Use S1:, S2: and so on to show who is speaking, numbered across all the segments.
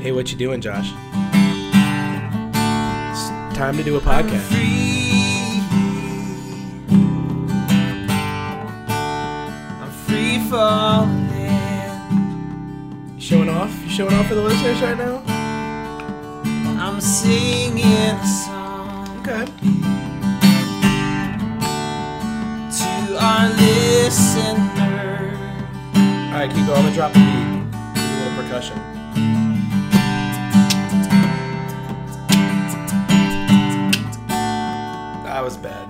S1: Hey, what you doing, Josh? It's time to do a podcast.
S2: free. I'm free falling.
S1: You showing off? You showing off for the listeners right now?
S2: I'm singing a song
S1: Okay.
S2: to our listener.
S1: All right, keep going. I'm gonna drop the beat. Give you a little percussion. That was bad.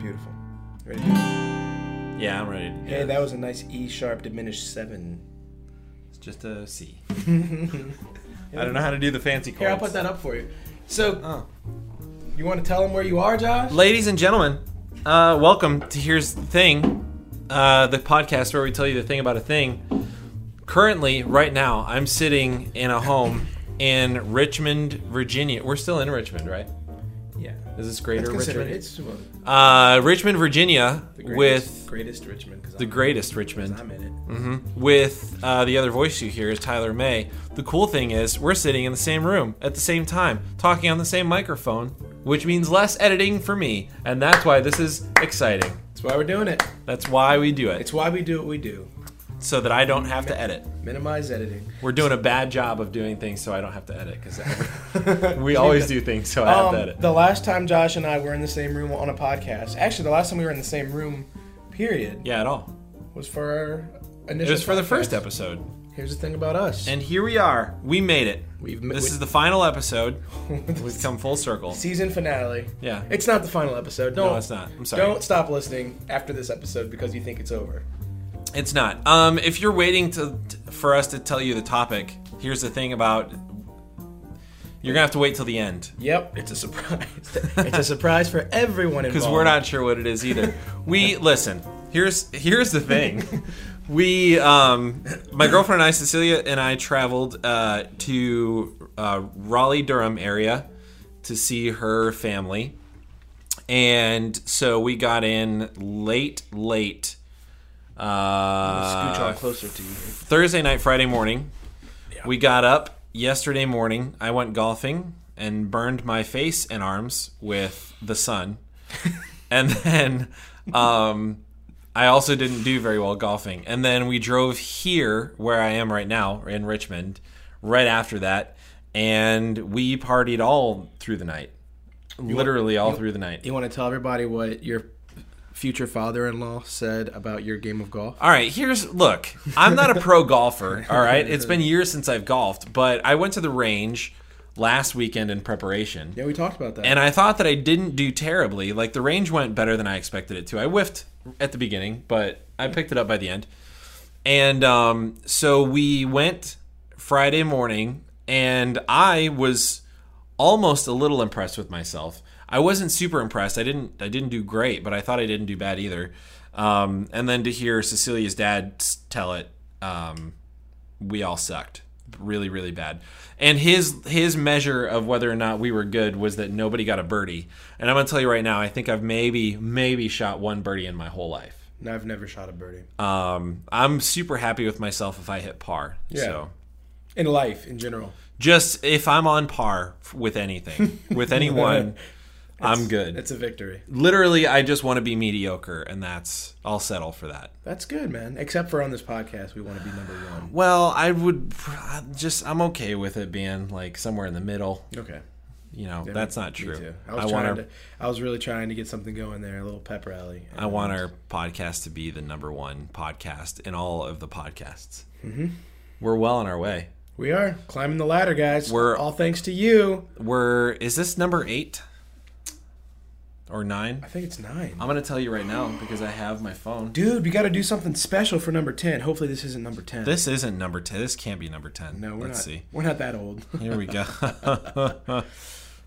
S1: Beautiful. Ready to do it?
S3: Yeah, I'm ready.
S1: Hey, that was a nice E sharp diminished seven.
S3: It's just a C. I don't know how to do the fancy chords.
S1: Here, I'll put that up for you. So,
S3: Oh.
S1: you want to tell them where you are, Josh?
S3: Ladies and gentlemen, uh, welcome to Here's the Thing, uh, the podcast where we tell you the thing about a thing. Currently, right now, I'm sitting in a home in Richmond, Virginia. We're still in Richmond, right?
S1: Yeah.
S3: Is this greater
S1: It's considered.
S3: Richmond?
S1: It's well,
S3: Uh, Richmond, Virginia,
S1: the greatest,
S3: with
S1: greatest Richmond. 'cause
S3: the
S1: I'm-
S3: greatest
S1: 'cause
S3: Richmond.
S1: I'm in it.
S3: hmm With uh, the other voice you hear is Tyler May. The cool thing is we're sitting in the same room at the same time, talking on the same microphone, which means less editing for me, and that's why this is exciting.
S1: That's why we're doing it.
S3: That's why we do it,
S1: It's why we do what we do.
S3: so that I don't have to edit.
S1: Minimize editing.
S3: We're doing a bad job of doing things, so I don't have to edit because we always do things, so I have to
S1: Um,
S3: edit.
S1: the last time Josh and I were in the same room on a podcast, actually, the last time we were in the same room, period,
S3: Yeah, at all.
S1: was for our initial.
S3: It was for the
S1: podcast.
S3: first episode,
S1: Here's the thing about us.
S3: and here we are. We made it.
S1: We've
S3: This is the final episode. We've come full circle.
S1: season finale.
S3: Yeah.
S1: It's not the final episode. Don't,
S3: No, it's not. I'm sorry.
S1: Don't stop listening after this episode because you think it's over.
S3: It's not. Um, if you're waiting to t- for us to tell you the topic, here's the thing about you're gonna have to wait till the end
S1: Yep, it's a surprise. it's a surprise for everyone involved.
S3: because we're not sure what it is either. We listen. Here's here's the thing. We um, my girlfriend and I, Cecilia and I, traveled uh, to uh, Raleigh Durham area to see her family, and so we got in late, late. Uh,
S1: Scooch on closer to you.
S3: Thursday night, Friday morning. We got up yesterday morning. I went golfing and burned my face and arms with the sun. and then um, I also didn't do very well golfing. And then we drove here, where I am right now in Richmond, right after that. And we partied all through the night. Literally all through the night.
S1: You want to tell everybody what your future father-in-law said about your game of golf?
S3: All right, here's look. I'm not a pro golfer. All right, it's been years since I've golfed, but I went to the range last weekend in preparation,
S1: Yeah, we talked about that.
S3: and I thought that I didn't do terribly. Like the range went better than I expected it to. I whiffed at the beginning, but I picked it up by the end. And um, so we went Friday morning, and I was almost a little impressed with myself. I wasn't super impressed. I didn't. I didn't do great, but I thought I didn't do bad either. Um, and then to hear Cecilia's dad s- tell it, um, we all sucked really, really bad. And his his measure of whether or not we were good was that nobody got a birdie. And I'm gonna tell you right now, I think I've maybe maybe shot one birdie in my whole life.
S1: no, I've never shot a birdie
S3: Um, I'm super happy with myself if I hit par.
S1: Yeah.
S3: So
S1: in life in general.
S3: just if I'm on par f- with anything, with anyone, I'm good.
S1: It's a victory.
S3: Literally, I just want to be mediocre, and that's I'll settle for that.
S1: That's good, man. Except for on this podcast, we want to be number one.
S3: Well, I would pr- I just I'm okay with it being like somewhere in the middle.
S1: Okay,
S3: You know, that's not
S1: me
S3: true.
S1: too. I
S3: I,
S1: was trying
S3: want our
S1: to. I was really trying to get something going there, a little pep rally.
S3: I want our podcast to be the number one podcast in all of the podcasts. Mm-hmm. We're well on our way.
S1: We are climbing the ladder, guys.
S3: We're-
S1: all thanks to you.
S3: We're is this number eight or nine?
S1: I think it's nine.
S3: I'm gonna tell you right now because I have my phone.
S1: Dude, we got to do something special for number 10. Hopefully, this isn't number 10.
S3: This isn't number ten. This can't be number ten.
S1: no, we're
S3: let's
S1: not.
S3: see.
S1: We're not that old.
S3: Here we go.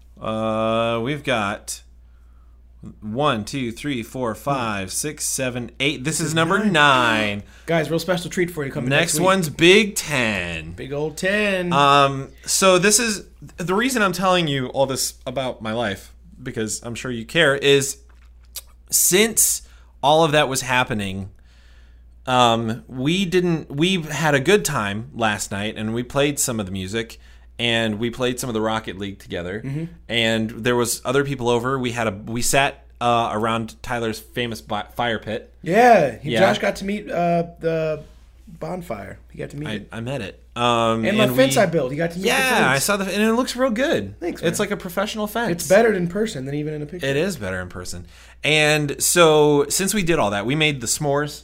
S3: uh, we've got one, two, three, four, five, six, seven, eight. This is number nine.
S1: Guys, real special treat for you coming next
S3: Next
S1: week.
S3: one's Big Ten.
S1: Big old 10.
S3: Um, so this is the reason I'm telling you all this about my life because I'm sure you care is since all of that was happening, um, we didn't. We had a good time last night, and we played some of the music, and we played some of the Rocket League together.
S1: Mm-hmm.
S3: And there was other people over. We had a. We sat uh, around Tyler's famous bi- fire pit.
S1: Yeah, he,
S3: Yeah.
S1: Josh got to meet uh, the bonfire. He got to meet
S3: I,
S1: it.
S3: I met it. Um,
S1: Mm-hmm. And my
S3: we-
S1: fence I built. He got to meet the
S3: Yeah, I
S1: fence.
S3: saw the and it looks real good.
S1: Thanks,
S3: It's
S1: man.
S3: like a professional fence.
S1: It's better in person than even in a picture.
S3: It is better in person. And so since we did all that, we made the s'mores.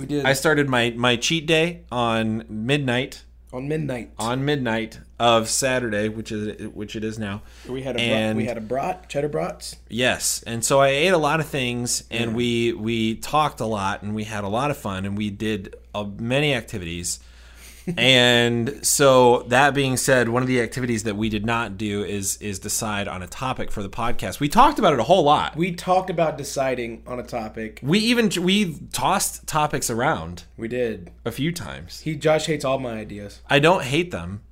S1: we did
S3: I started my my cheat day on midnight
S1: on midnight.
S3: on midnight of Saturday, which is which it is now.
S1: we had a brat,
S3: and
S1: we had a brat, cheddar brats.
S3: yes, and so I ate a lot of things, and we we talked a lot, and we had a lot of fun, and we did uh, many activities. and so that being said, one of the activities that we did not do is is decide on a topic for the podcast. We talked about it a whole lot.
S1: We talked about deciding on a topic.
S3: We even we tossed topics around
S1: We did.
S3: a few times.
S1: He Josh hates all my ideas.
S3: I don't hate them.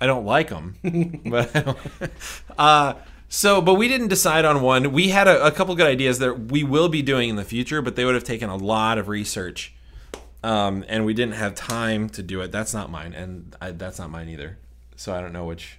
S3: I don't like them. but I don't- uh so but we didn't decide on one. We had a, a couple good ideas that we will be doing in the future, but they would have taken a lot of research. Um and we didn't have time to do it. That's not mine and I, that's not mine either. So I don't know which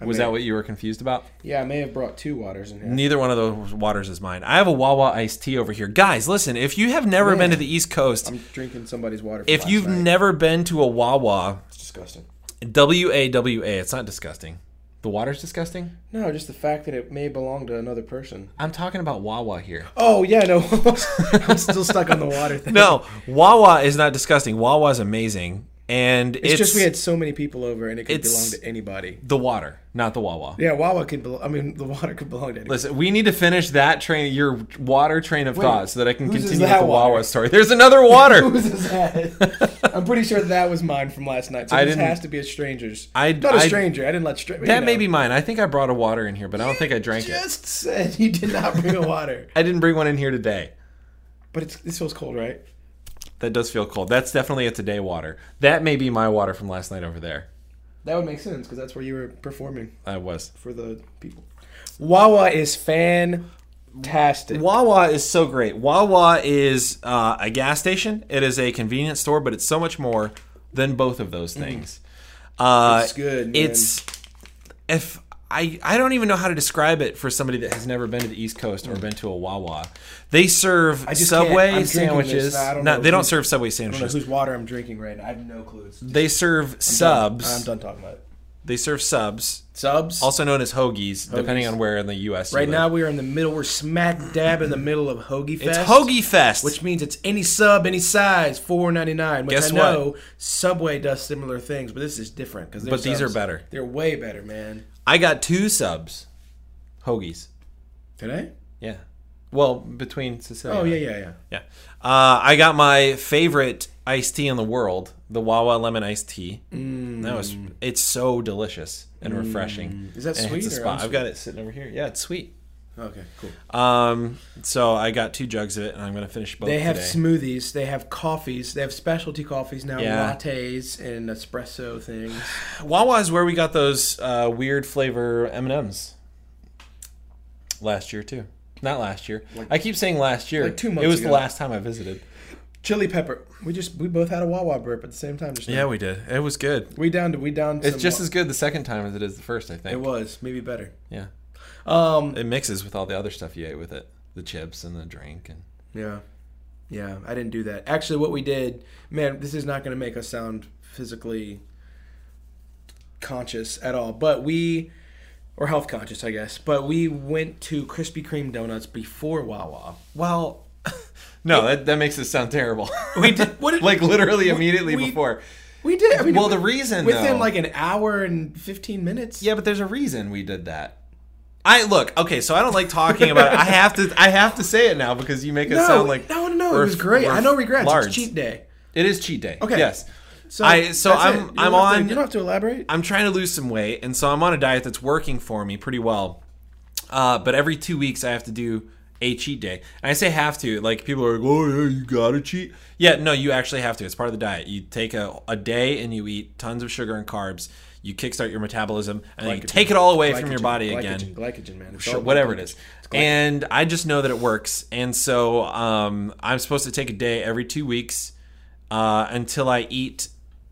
S3: was
S1: may-
S3: that what you were confused about?
S1: Yeah, I may have brought two waters in here.
S3: Neither one of those waters is mine. I have a Wawa iced tea over here. Guys, listen, if you have never been to the East Coast,
S1: I'm drinking somebody's water. From
S3: If
S1: last
S3: you've
S1: night.
S3: never been to a Wawa,
S1: it's disgusting.
S3: W A W A, it's not disgusting. The water's disgusting.
S1: No, just the fact that it may belong to another person.
S3: I'm talking about Wawa here.
S1: Oh yeah, no, I'm still stuck on the water thing.
S3: No, Wawa is not disgusting. Wawa's amazing, and it's,
S1: it's, just we had so many people over, and it could belong
S3: it's-
S1: to anybody.
S3: the water, not the Wawa.
S1: Yeah, Wawa could belong. I mean, the water could belong to anybody.
S3: Listen, we need to finish that train, your water train of thought, so that I can
S1: whose is
S3: continue with
S1: that
S3: the Wawa
S1: water?
S3: story. There's another water.
S1: Whose is that? I'm pretty sure that was mine from last night. So
S3: I
S1: this
S3: didn't-
S1: has to be a stranger's.
S3: I-
S1: not a
S3: I-
S1: stranger. I didn't let stranger.
S3: that may be mine. I think I brought a water in here, but I don't think I drank it.
S1: Just said you did not bring a water,
S3: I didn't bring one in here today.
S1: but it's this feels cold, right?
S3: That does feel cold. That's definitely a today water. That may be my water from last night over there.
S1: That would make sense because that's where you were performing
S3: I was.
S1: for the people. Wawa is fantastic.
S3: Wawa is so great. Wawa is uh, a gas station. It is a convenience store, but it's so much more than both of those things. Uh,
S1: Mm-hmm. It's good, man.
S3: It's if I I don't even know how to describe it for somebody that has never been to the East Coast or been to a Wawa. They serve
S1: Mm. just can't. I'm
S3: Subway
S1: drinking
S3: sandwiches.
S1: this. I don't
S3: no,
S1: know
S3: they don't
S1: who's-
S3: serve Subway
S1: I don't know
S3: sandwiches.
S1: whose water I'm drinking right now. I have no clue. It's
S3: They serve subs.
S1: I'm done talking about it.
S3: They serve subs,
S1: Subs.
S3: also known as hoagies, depending on where in the U.S. you
S1: right
S3: live.
S1: now we are in the middle. We're smack dab in the middle of Hoagie
S3: it's
S1: Fest.
S3: Hoagie Fest.
S1: which means it's any sub, any size, four ninety nine. Which
S3: Guess
S1: I know Subway does similar things, but this is different because
S3: But these are better.
S1: They're way better, man.
S3: I got two subs, hoagies.
S1: Today?
S3: Yeah. Well, between Cecilia.
S1: Oh yeah, yeah, yeah.
S3: Yeah. Uh, I got my favorite iced tea in the world, the Wawa lemon iced tea. Mm. That was it's so delicious and refreshing.
S1: Mm. Is that
S3: And it hits
S1: sweet
S3: the
S1: or
S3: spot.
S1: unsweet?
S3: I've got it sitting over here. Yeah, it's sweet.
S1: Okay, cool.
S3: Um, so I got two jugs of it, and I'm gonna finish both.
S1: They have
S3: Oh, today.
S1: smoothies. They have coffees. They have specialty coffees now,
S3: Yeah.
S1: lattes and espresso things.
S3: Wawa is where we got those uh, weird flavor M and M's last year too. Not last year. I keep saying last year.
S1: like two
S3: It
S1: months
S3: was the
S1: ago.
S3: last time I visited.
S1: Chili pepper. We just we both had a Wawa burp at the same time. Just now.
S3: Yeah, we did. It was good.
S1: we downed we downed.
S3: It's just as good the second time as it is the first, I think.
S1: it was maybe better.
S3: Yeah.
S1: Um.
S3: It mixes with all the other stuff you ate with it. The chips and the drink and
S1: Yeah. Yeah, I didn't do that. Actually, what we did, man, this is not going to make us sound physically conscious at all, but we, or health conscious, I guess, but we went to Krispy Kreme donuts before Wawa.
S3: Well No, that, that makes it sound terrible. we did
S1: what did-
S3: like literally
S1: we-
S3: immediately
S1: we-
S3: before.
S1: We did. I mean,
S3: Well, the reason,
S1: within
S3: though-
S1: like an hour and fifteen minutes.
S3: Yeah, but there's a reason we did that. I look, okay, so I don't like talking about it. I have to I have to say it now because you make it
S1: No,
S3: sound like
S1: no, no, no.
S3: we're-
S1: It was great.
S3: we're
S1: I know regrets.
S3: lards.
S1: It's cheat day.
S3: It is cheat day.
S1: Okay.
S3: Yes. I- so
S1: that's it.
S3: I'm-
S1: You don't
S3: I'm
S1: have to-
S3: on-
S1: you don't have to elaborate.
S3: I'm trying to lose some weight, and so I'm on a diet that's working for me pretty well. Uh, but every two weeks, I have to do a cheat day. And I say have to, like people are like, "Oh yeah, you gotta cheat." Yeah, no, you actually have to. It's part of the diet. You take a, a day and you eat tons of sugar and carbs. You kickstart your metabolism, and then you
S1: Glycogen.
S3: take it all away from your
S1: Glycogen,
S3: body
S1: glycogen,
S3: again
S1: Glycogen, man. It's
S3: sure,
S1: all
S3: whatever it
S1: glycogen.
S3: is. And I just know that it works. And so um, I'm supposed to take a day every two weeks uh, until I eat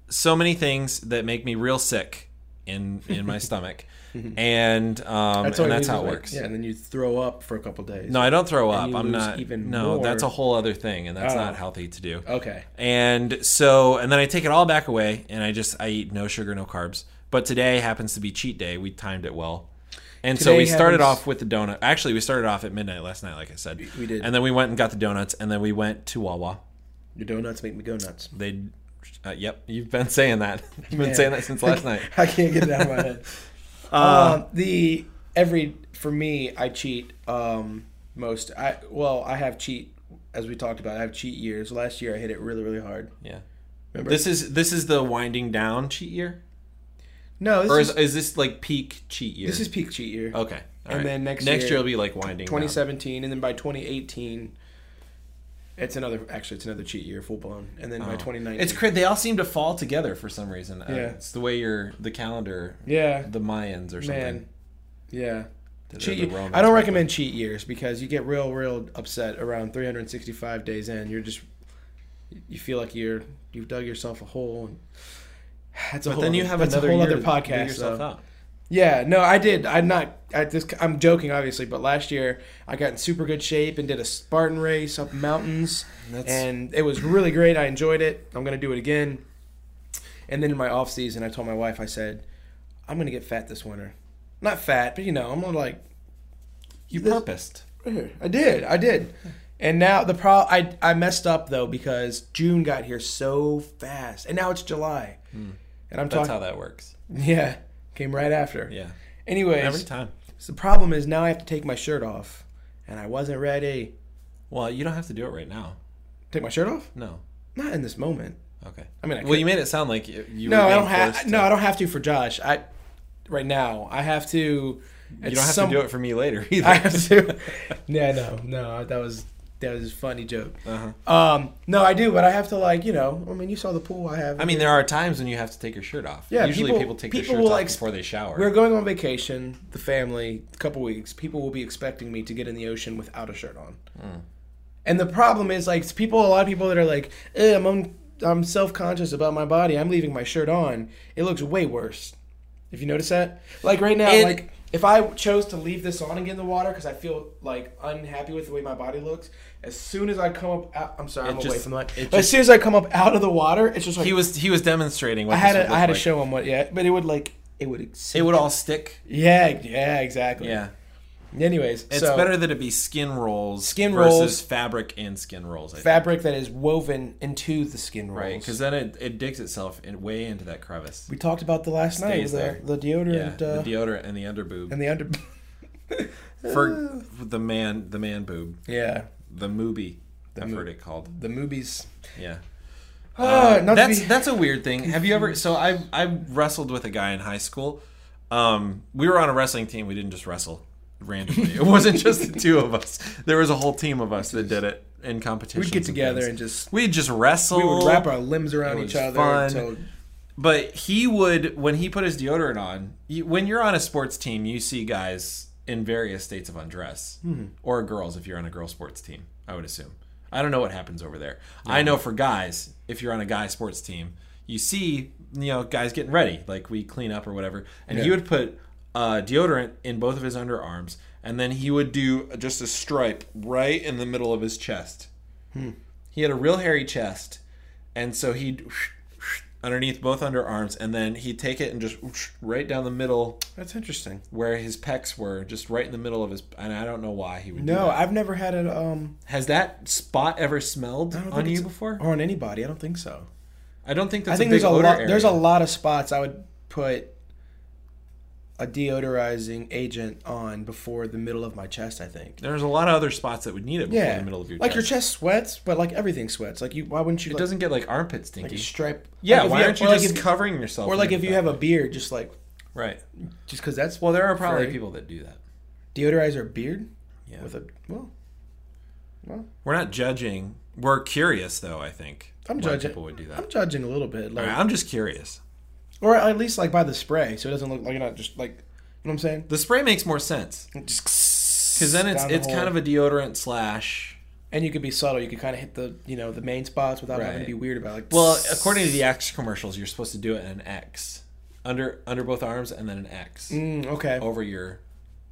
S3: so many things that make me real sick in in my stomach, and um,
S1: That's, all
S3: and
S1: you
S3: that's
S1: lose
S3: how it
S1: weight.
S3: works.
S1: Yeah, and then you throw up for a couple days.
S3: No, I don't throw
S1: And
S3: up.
S1: you
S3: I'm
S1: lose
S3: not.
S1: even
S3: no,
S1: more.
S3: that's a whole other thing, and that's
S1: Oh.
S3: not healthy to do.
S1: Okay.
S3: And so, and then I take it all back away, and I just I eat no sugar, no carbs. But today happens to be cheat day. We timed it well, and so
S1: Today
S3: we started
S1: happens-
S3: off with the donut. Actually, we started off at midnight last night, like I said.
S1: We did.
S3: And then we went and got the donuts, and then we went to Wawa.
S1: Your donuts make me go nuts.
S3: They, uh, yep, you've been saying that. You've been
S1: Man.
S3: saying that since last night. Uh.
S1: I can't get it out of my head. um, the every for me, I cheat um, most. I well, I have cheat as we talked about. I have cheat years. Last year, I hit it really, really hard.
S3: Yeah.
S1: Remember?
S3: This is this is the winding down cheat year,
S1: no, this
S3: or
S1: is,
S3: is, Oh, is this like peak cheat year?
S1: this is peak cheat year.
S3: okay. all right.
S1: then next
S3: next
S1: year-
S3: year will be like winding. down.
S1: 2017, and then by 2018, it's another. Actually, it's another cheat year, full blown. And then by 2019,
S3: Oh. It's cra They all seem to fall together for some reason. Uh,
S1: Yeah.
S3: it's the way your the calendar,
S1: yeah,
S3: the Mayans or something.
S1: man, yeah.
S3: They're
S1: Cheat
S3: the
S1: year-
S3: Romans
S1: I don't
S3: back
S1: recommend cheat years because you get real, real upset around 365 days in. You're just, you feel like you're you've dug yourself a hole. And that's a
S3: But
S1: whole
S3: then you
S1: other-
S3: have
S1: that's
S3: another
S1: a whole
S3: year
S1: other
S3: to dig
S1: podcast.
S3: yourself
S1: though.
S3: out.
S1: Yeah, no, I did. I'm not. I just, I'm joking, obviously, but last year I got in super good shape and did a Spartan race up mountains,
S3: That's-
S1: and it was really great. I enjoyed it. I'm gonna do it again. And then in my off season, I told my wife, I said, I'm gonna get fat this winter. Not fat, but you know, I'm gonna like
S3: You
S1: This-
S3: purposed.
S1: I did. I did. And now the pro I I messed up though because June got here so fast. And now it's July. And I'm
S3: Hmm. That's
S1: talking
S3: how that works.
S1: Yeah. Came right after.
S3: Yeah.
S1: Anyways,
S3: Every time.
S1: so the problem is now I have to take my shirt off and I wasn't ready.
S3: Well, you don't have to do it right now.
S1: Take my shirt off?
S3: No.
S1: Not in this moment.
S3: Okay.
S1: I mean, I
S3: well,
S1: could-
S3: you made it sound like you. you
S1: No,
S3: were
S1: I
S3: being
S1: don't have
S3: forced
S1: No,
S3: to-
S1: I don't have to for Josh. I right now I have to You
S3: You don't have to do it for me later either.
S1: I have to. yeah, no, no, that was that was a funny joke.
S3: Uh-huh.
S1: Um, no, I do, but I have to like you know. I mean, you saw the pool I have.
S3: I mean, there are times when you have to take your shirt off.
S1: Yeah,
S3: Usually
S1: people-
S3: people, take their
S1: people
S3: shirts
S1: will
S3: off
S1: ex-
S3: before they shower.
S1: we're going on vacation, the family, a couple weeks. People will be expecting me to get in the ocean without a shirt on.
S3: Hmm.
S1: And the problem is like people, a lot of people that are like, "Eh, I'm un- I'm self conscious about my body. I'm leaving my shirt on. It looks way worse. If you notice that, like right now,
S3: It-
S1: like if I chose to leave this on and get in the water because I feel like unhappy with the way my body looks, as soon as I come up, out, I'm sorry,
S3: It
S1: I'm away
S3: just-
S1: from the mic.
S3: it
S1: But as soon as I come up out of the water, it's just like
S3: he was he was demonstrating what
S1: I had
S3: this would
S1: a, I had
S3: look
S1: to
S3: like.
S1: show him what, yeah, but it would like it would
S3: It would all stick.
S1: yeah, yeah, exactly.
S3: Yeah.
S1: Anyways,
S3: It's
S1: so
S3: better that it be skin rolls
S1: Skin
S3: versus
S1: rolls.
S3: fabric and skin rolls. I think.
S1: fabric that is woven into the skin rolls.
S3: Right, because then it, it digs itself in, way into that crevice.
S1: we talked about the last night
S3: Stays
S1: with the,
S3: there.
S1: the
S3: Yeah,
S1: deodorant uh,
S3: the deodorant and the
S1: and
S3: underboob.
S1: uh, the under.
S3: For the man, the man boob,
S1: yeah,
S3: the mooby. I've
S1: moob.
S3: heard it called.
S1: the movies.
S3: Yeah,
S1: Uh, not to
S3: Ah, that's
S1: be-
S3: that's a weird thing. Have you ever? So I I wrestled with a guy in high school. Um, we were on a wrestling team. We didn't just wrestle randomly. it wasn't just the two of us. There was a whole team of us that did it in competition.
S1: We'd get together and just
S3: we'd just wrestle.
S1: we would wrap our limbs around
S3: It
S1: each
S3: was
S1: other
S3: fun.
S1: until
S3: But he would, when he put his deodorant on, you, when you're on a sports team, you see guys in various states of undress, or girls if you're on a girl sports team, I would assume. I don't know what happens over there. I know for guys, if you're on a guy sports team, you see, you know, guys getting ready, like we clean up or whatever. And he
S1: Yeah.
S3: would put uh, deodorant in both of his underarms, and then he would do just a stripe right in the middle of his chest. He had a real hairy chest, and so he'd underneath both underarms, and then he'd take it and just right down the middle
S1: that's interesting.
S3: where his pecs were, just right in the middle of his. And I don't know why he would. do
S1: No,
S3: that.
S1: I've never had it um
S3: has that spot ever smelled
S1: don't
S3: on
S1: think
S3: you
S1: it's-
S3: before?
S1: or on anybody. I don't think so.
S3: I don't think that's
S1: I think
S3: a big
S1: there's a
S3: odor
S1: lot.
S3: area.
S1: There's a lot of spots I would put a deodorizing agent on before the middle of my chest. I think.
S3: There's a lot of other spots that would need it before
S1: Yeah,
S3: the middle of your
S1: like
S3: chest.
S1: your chest sweats, but like everything sweats. Like you, why wouldn't you?
S3: It
S1: like,
S3: doesn't get like armpit stinky.
S1: like a stripe.
S3: yeah,
S1: like if
S3: why
S1: have-
S3: aren't you
S1: or
S3: just
S1: like if,
S3: covering yourself?
S1: Or like
S3: with
S1: if you have a beard, just like
S3: right.
S1: just because that's
S3: Well, there are probably
S1: Furry.
S3: people that do that.
S1: deodorize or beard
S3: Yeah,
S1: with a well.
S3: we're not judging. We're curious though. I think
S1: I'm
S3: why
S1: judging.
S3: people would do that.
S1: I'm judging a little bit,
S3: All
S1: like
S3: right, I'm just curious.
S1: or at least like by the spray, so it doesn't look like you're not just like you know what I'm saying.
S3: The spray makes more sense
S1: Just
S3: because then it's
S1: down the
S3: it's kind
S1: hole.
S3: of a deodorant slash
S1: and you could be subtle. You could kind of hit the you know the main spots without having
S3: Right.
S1: to be weird about it. Like,
S3: Well, according to the Axe commercials, you're supposed to do it in an X, under under both arms, and then an X
S1: Mm, okay,
S3: over your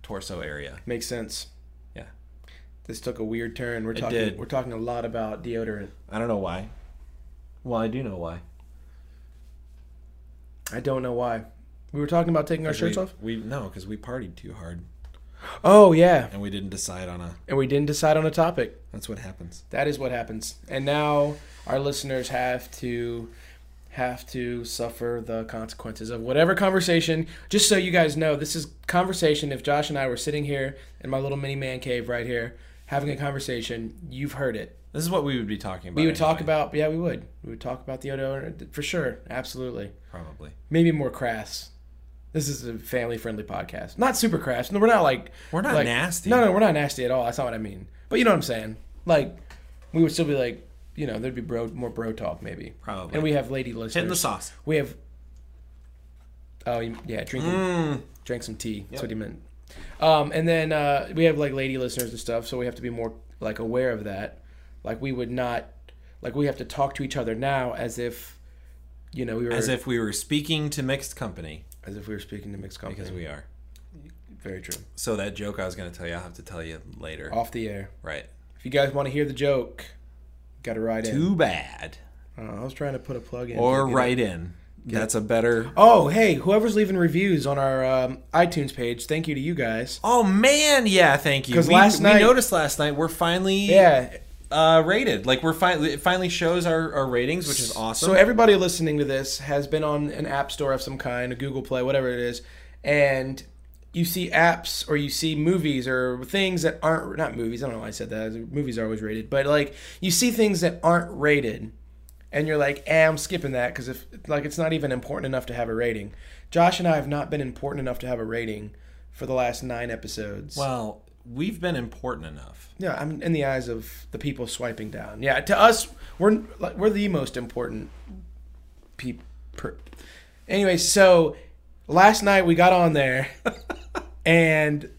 S3: torso area.
S1: makes sense.
S3: Yeah.
S1: This took a weird turn. We're talking.
S3: did.
S1: We're talking a lot about deodorant.
S3: I don't know why. Well, I do know why.
S1: I don't know why. We were talking about taking our shirts
S3: we,
S1: off.
S3: We no, because we partied too hard
S1: Oh yeah,
S3: and we didn't decide on a.
S1: and we didn't decide on a topic.
S3: That's what happens.
S1: That is what happens. And now our listeners have to have to suffer the consequences of whatever conversation. Just so you guys know, this is conversation. If Josh and I were sitting here in my little mini man cave right here having a conversation, you've heard it.
S3: This is what we would be talking about.
S1: We would talk
S3: anyway,
S1: about yeah, we would. We would talk about the deodorant for sure, absolutely.
S3: probably.
S1: Maybe more crass. This is a family-friendly podcast. Not super crass. No, we're not like
S3: We're not
S1: like-
S3: nasty.
S1: No, no, we're not nasty at all. That's not what I mean. But you know what I'm saying. Like, we would still be like, you know, there'd be bro more bro talk maybe.
S3: Probably.
S1: And we have lady listeners.
S3: Hitting the sauce.
S1: We have. Oh you- yeah, drinking,
S3: Mm.
S1: drank some tea. That's what he meant. Um, and then uh, we have like lady listeners and stuff, so we have to be more like aware of that. Like we would not, like we have to talk to each other now as if, you know, we were
S3: As if we were speaking to mixed company,
S1: as if we were speaking to mixed company.
S3: because we are.
S1: Very true.
S3: So that joke I was going to tell you, I'll have to tell you later.
S1: Off the air.
S3: Right.
S1: If you guys want to hear the joke, got to write in.
S3: Too bad.
S1: Uh, I was trying to put a plug in.
S3: Or
S1: Get it.
S3: write in. That's a better.
S1: Oh, hey, whoever's leaving reviews on our um, iTunes page, thank you to you guys.
S3: Oh man, yeah, thank you.
S1: 'Cause
S3: we,
S1: last
S3: we
S1: night-
S3: noticed last night we're finally
S1: Yeah.
S3: uh, rated. Like we're finally it finally shows our, our ratings, which is awesome.
S1: So eh, everybody listening to this has been on an app store of some kind, a Google Play, whatever it is, and you see apps or you see movies or things that aren't not movies. I don't know why I said that. Movies are always rated, but like you see things that aren't rated, and you're like, eh, I'm skipping that because if like it's not even important enough to have a rating. Josh and I have not been important enough to have a rating for the last nine episodes.
S3: well, we've been important enough.
S1: Yeah, I'm in the eyes of the people swiping down. Yeah, to us, we're like, we're the most important people. Anyway, so last night we got on there, and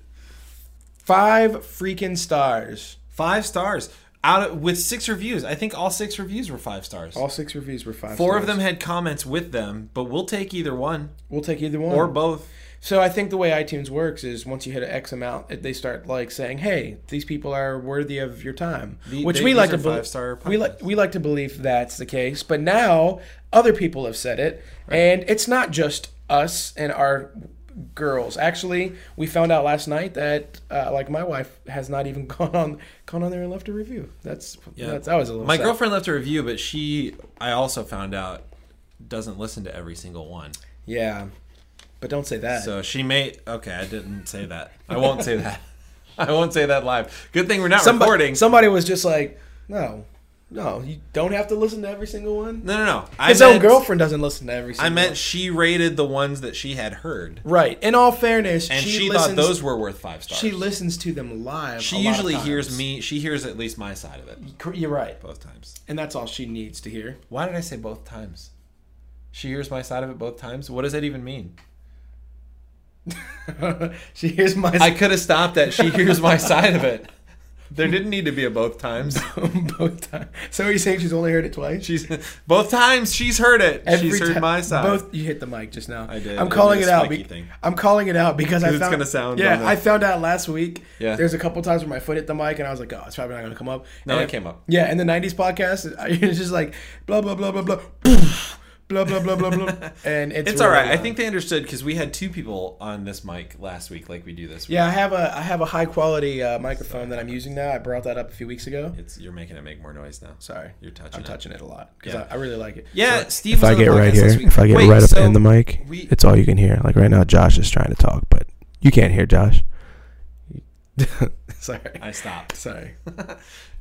S1: five freaking stars.
S3: Five stars out of, with six reviews. I think all six reviews were five stars.
S1: All six reviews were five.
S3: Four of
S1: stars.
S3: them had comments with them, but we'll take either one
S1: We'll take either one.
S3: or both.
S1: so I think the way iTunes works is once you hit an X amount, it- they start like saying, "Hey, these people are worthy of your time,"
S3: The-
S1: which
S3: they-
S1: we
S3: these
S1: like to
S3: are
S1: believe.
S3: five-star
S1: we like we like to believe that's the case, but now other people have said it, and it's not just us and our girls. Actually, we found out last night that uh, like my wife has not even gone on gone on there and left a review. That's that's that was a little
S3: My
S1: sad.
S3: girlfriend left a review, but she I also found out doesn't listen to every single one.
S1: Yeah, but don't say that.
S3: So she may okay, I didn't say that. I won't say that. I won't say that live. Good thing we're not
S1: somebody,
S3: recording.
S1: somebody was just like, no, no, you don't have to listen to every single one.
S3: No, no, no. I
S1: His own
S3: meant-
S1: girlfriend doesn't listen to every single
S3: I
S1: one.
S3: meant she rated the ones that she had heard,
S1: Right. In all fairness,
S3: and
S1: she,
S3: she,
S1: listens,
S3: thought those were worth five stars.
S1: She listens to them live.
S3: She
S1: a lot of
S3: usually hears
S1: times.
S3: me. She hears at least my side of it
S1: Cor- You're right,
S3: both times.
S1: and that's all she needs to hear.
S3: Why did I say both times? She hears my side of it both times. What does that even mean?
S1: she hears my.
S3: I could have stopped at she hears my side of it. There didn't need to be a both times.
S1: both times. So are you saying she's only heard it twice?
S3: She's both times she's heard it. she's heard
S1: ti-
S3: my side.
S1: Both you hit the mic just now.
S3: I did. I
S1: I'm
S3: did
S1: calling
S3: the
S1: it out.
S3: squeaky
S1: be-
S3: thing.
S1: I'm calling it out because I
S3: Because it's
S1: found
S3: gonna sound on
S1: Yeah,
S3: the-
S1: I found out last week.
S3: Yeah.
S1: There's a couple times where my foot hit the mic and I was like, oh, it's probably not gonna come up.
S3: No,
S1: and
S3: it came up.
S1: Yeah, in the '90s podcast, I- it's just like blah blah blah blah blah. Blah blah blah blah blah, and it's
S3: It's all right.
S1: really uh,
S3: I
S1: loud.
S3: think they understood because we had two people on this mic last week, like we do this.
S1: Yeah, I have a I have a high quality uh, microphone that I'm using now. I brought that up a few weeks ago.
S3: Week. It's you're making it make more noise now.
S1: Sorry,
S3: You're touching.
S1: I'm
S3: it.
S1: touching it a lot because
S3: Yeah.
S1: I, I really like it.
S3: Yeah,
S1: So-
S3: Steve. was on the podcast last week. Wait, so
S1: mic,
S3: we-
S1: all you can hear. Like right now, Josh is trying to talk, but you can't hear Josh. Sorry.
S3: I stopped.
S1: Sorry.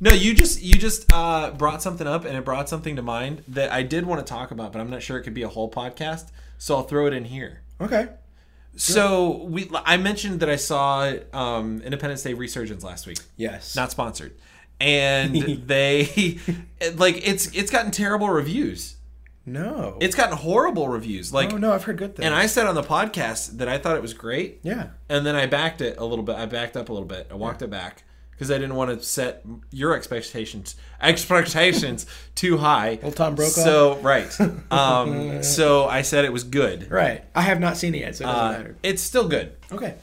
S3: No, you just you just uh, brought something up, and it brought something to mind that I did want to talk about, but I'm not sure it could be a whole podcast, so I'll throw it in here.
S1: Okay.
S3: So we, I mentioned that I saw um, Independence Day Resurgence last week.
S1: Yes.
S3: not sponsored and they like it's it's gotten terrible reviews
S1: no.
S3: it's gotten horrible reviews like
S1: oh no, I've heard good things.
S3: and i said on the podcast that i thought it was great
S1: yeah.
S3: and then i backed it a little bit i backed up a little bit i walked it back because I didn't want to set your expectations expectations too high.
S1: Old Tom Brokaw?
S3: So right. Um, so I said it was good.
S1: Right. I have not seen it yet, so it doesn't
S3: Uh,
S1: matter.
S3: it's still good.
S1: Okay.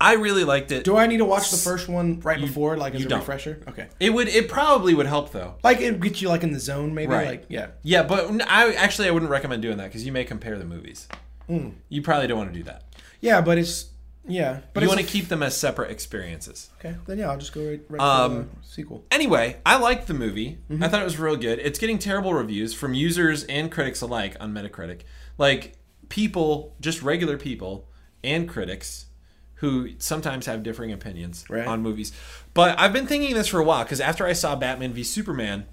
S3: I really liked it.
S1: Do I need to watch the first one right before, like as
S3: you
S1: a
S3: don't.
S1: refresher? Okay.
S3: It would. It probably would help though.
S1: Like it gets you like in the zone, maybe.
S3: Right.
S1: Like yeah.
S3: Yeah, but n- I actually I wouldn't recommend doing that because you may compare the movies.
S1: Hmm.
S3: You probably don't want to do that.
S1: Yeah, but it's yeah. But
S3: you
S1: it's,
S3: want to keep them as separate experiences.
S1: okay. Then yeah, I'll just go right, right to
S3: Um,
S1: the sequel.
S3: Anyway, I liked the movie.
S1: Mm-hmm.
S3: I thought it was real good. It's getting terrible reviews from users and critics alike on Metacritic. Like people, just regular people and critics who sometimes have differing opinions
S1: Right.
S3: on movies. But I've been thinking this for a while because after I saw Batman v Superman,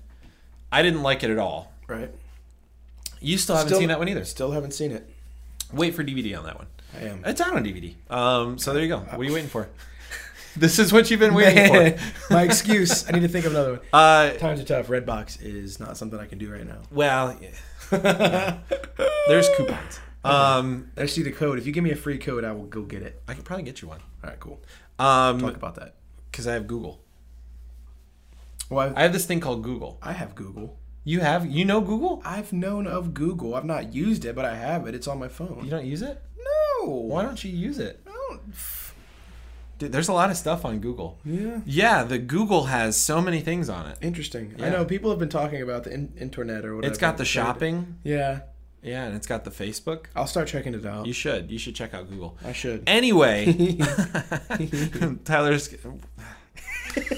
S3: I didn't like it at all.
S1: Right.
S3: You still haven't
S1: Still-
S3: seen that one either.
S1: Still haven't seen it.
S3: Wait for DVD on that one.
S1: I am.
S3: It's out on DVD. Um, so there you go. What are you waiting for? this is what you've been waiting for.
S1: My excuse. I need to think of another one.
S3: Uh,
S1: Times are tough. Redbox is not something I can do right now.
S3: well, yeah. there's coupons. Um,
S1: I just need a code. If you give me a free code, I will go get it.
S3: I could probably get you one.
S1: All right, cool. Talk
S3: Um,
S1: about that.
S3: because I have Google.
S1: Well,
S3: I
S1: I've,
S3: have this thing called Google.
S1: I have Google.
S3: You have? You know Google?
S1: I've known of Google. I've not used it, but I have it. It's on my
S3: You
S1: phone.
S3: don't use it?
S1: No.
S3: Why don't you use it?
S1: I don't.
S3: Dude, there's a lot of stuff on Google.
S1: Yeah.
S3: Yeah, the Google has so many things on it.
S1: Interesting.
S3: Yeah.
S1: I know people have been talking about the in- internet or whatever.
S3: It's got the
S1: but-
S3: shopping.
S1: Yeah.
S3: Yeah, and it's got the Facebook.
S1: I'll start checking it out.
S3: You should. You should check out Google.
S1: I should.
S3: Anyway, Tyler's.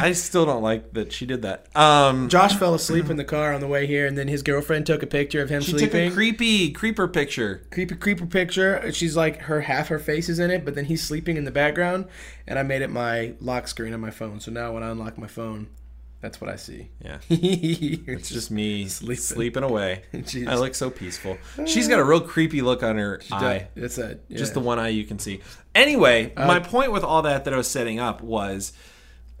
S3: I still don't like that she did that. Um,
S1: Josh fell asleep in the car on the way here, and then his girlfriend took a picture of him
S3: she took
S1: sleeping.
S3: a creepy creeper picture.
S1: creepy creeper picture. She's like her half her face is in it, but then he's sleeping in the background. And I made it my lock screen on my phone, so now when I unlock my phone, that's what I see.
S3: Yeah,
S1: it's
S3: it's just me sleeping, away.
S1: Jeez.
S3: I look so peaceful. She's got a real creepy look on her eye.
S1: That's it. Yeah.
S3: just the one eye you can see. Anyway, my point with all that that I was setting up was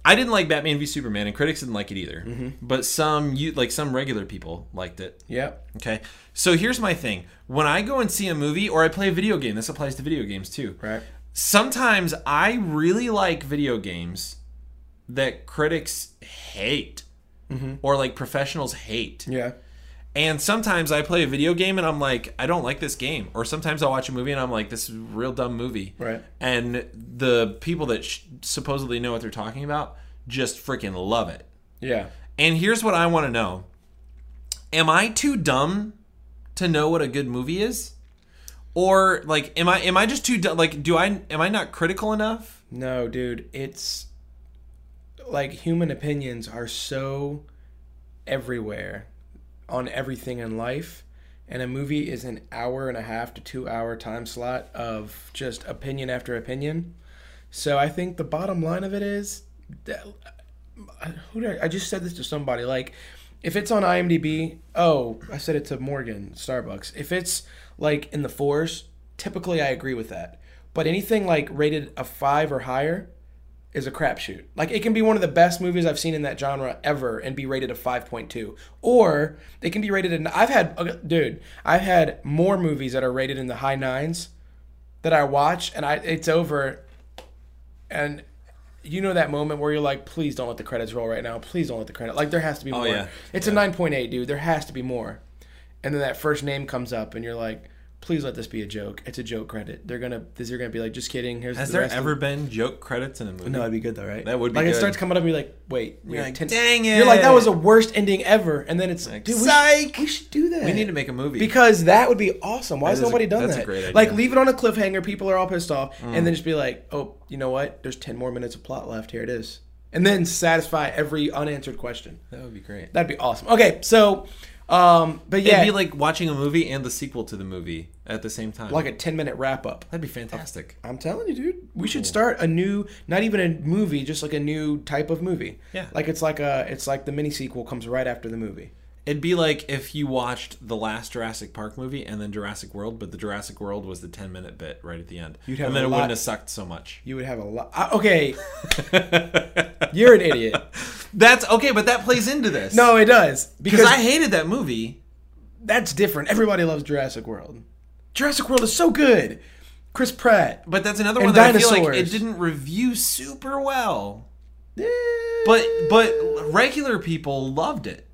S3: I didn't like Batman v Superman, and critics didn't like it either. But some you like some regular people liked it.
S1: Yep.
S3: Okay. So here's my thing. When I go and see a movie or I play a video game, this applies to video games too.
S1: Right.
S3: Sometimes I really like video games that critics hate or like professionals hate.
S1: Yeah.
S3: And sometimes I play a video game and I'm like, I don't like this game. Or sometimes I'll watch a movie and I'm like, this is a real dumb movie.
S1: Right.
S3: And the people that sh- supposedly know what they're talking about just freaking love it.
S1: Yeah.
S3: And here's what I want to know Am I too dumb to know what a good movie is? Or like am I am I just too dumb like do I am I not critical enough?
S1: No, dude, it's like human opinions are so everywhere on everything in life. And a movie is an hour and a half to two hour time slot of just opinion after opinion. So I think the bottom line of it is that, who did I, I just said this to somebody. Like, if it's on IMDb, oh, I said it to Morgan, Starbucks. If it's like in the fours, typically I agree with that. But anything like rated a five or higher is a crapshoot. Like, it can be one of the best movies I've seen in that genre ever and be rated a 5.2. Or it can be rated in. I've had, okay, dude, I've had more movies that are rated in the high nines that I watch and I it's over and you know that moment where you're like, please don't let the credits roll right now. Please don't let the credit. Like there has to be more.
S3: Oh, yeah.
S1: It's a nine point eight, dude. There has to be more. And then that first name comes up, and you're like, please let this be a joke. It's a joke credit. They're gonna. These are gonna be like, just kidding. Here's
S3: Has
S1: the
S3: there
S1: rest of-
S3: ever been joke credits in a movie?
S1: no, that'd be good though, right?
S3: That would be
S1: like it
S3: good.
S1: starts coming up, and you're like, wait, you're
S3: like, dang it.
S1: You're like, that was the worst ending ever, and then it's dude, we,
S3: psych.
S1: Should, we should do that.
S3: We need to make a movie.
S1: Because that would be awesome. Why has
S3: is a-
S1: nobody done
S3: that's a
S1: that?
S3: great idea. Mm.
S1: Like leave it on a cliffhanger. People are all pissed off, and then just be like, "Oh, you know what? There's ten more minutes of plot left. Here it is," and then satisfy every unanswered question.
S3: that would be great.
S1: That'd be awesome. Okay, so, um, but yeah,
S3: It'd be like watching a movie and the sequel to the movie at the same time.
S1: like a ten minute wrap up.
S3: That'd be fantastic.
S1: I'm telling you, dude. We should start a new, not even a movie, just like a new type of movie.
S3: Yeah.
S1: Like it's like a, it's like the mini sequel comes right after the movie.
S3: It'd be like if you watched the last Jurassic Park movie and then Jurassic World, but the Jurassic World was the 10 minute bit right at the end.
S1: You'd have
S3: and then
S1: a
S3: it
S1: lot-
S3: wouldn't have sucked so much.
S1: You would have a lot. Okay, you're an idiot.
S3: That's okay, but that plays into this.
S1: No, it does
S3: because I hated that movie.
S1: that's different. Everybody loves Jurassic World. Jurassic World is so good. Chris Pratt.
S3: But that's another
S1: And
S3: one that I feel like
S1: dinosaurs.
S3: it didn't review super well.
S1: Eh.
S3: But but regular people loved it.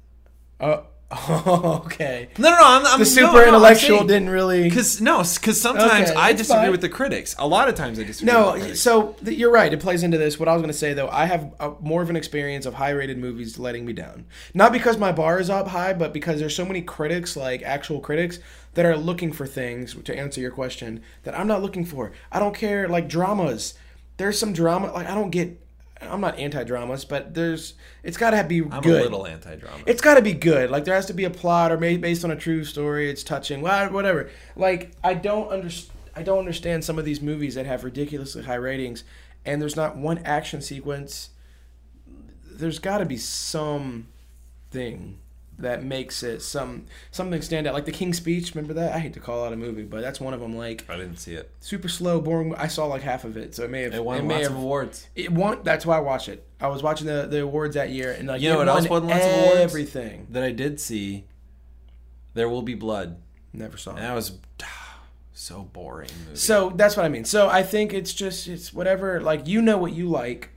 S1: Oh, oh, okay.
S3: No, no, no. I'm, I'm
S1: The super intellectual didn't really.
S3: Because no, because sometimes
S1: Okay,
S3: I
S1: it's
S3: disagree
S1: fine.
S3: with the critics. A lot of times I disagree. with the
S1: No,
S3: critics.
S1: so th- you're right. It plays into this. What I was going to say though, I have a, more of an experience of high-rated movies letting me down. Not because my bar is up high, but because there's so many critics, like actual critics, that are looking for things to answer your question that I'm not looking for. I don't care like dramas. There's some drama like I don't get. I'm not anti-dramas, but there's it's got to be
S3: I'm
S1: good.
S3: a little anti-drama.
S1: It's got to be good. Like there has to be a plot or maybe based on a true story. It's touching. wha- Whatever. Like I don't understand. I don't understand some of these movies that have ridiculously high ratings, and there's not one action sequence. There's got to be some thing that makes it some something stand out. Like The King's Speech. Remember that? I hate to call out a movie, but that's one of them. Like
S3: I didn't see it.
S1: super slow, boring. I saw like half of it, so it may have.
S3: It won
S1: may
S3: lots
S1: have,
S3: of awards.
S1: It won. That's why I watch it. I was watching the, the awards that year, and like
S3: You know
S1: it
S3: what else won lots of awards?
S1: Everything.
S3: That I did see. There will be blood.
S1: Never saw. it.
S3: And that was so boring. Movie.
S1: So that's what I mean. So I think it's just it's whatever. Like you know what you like.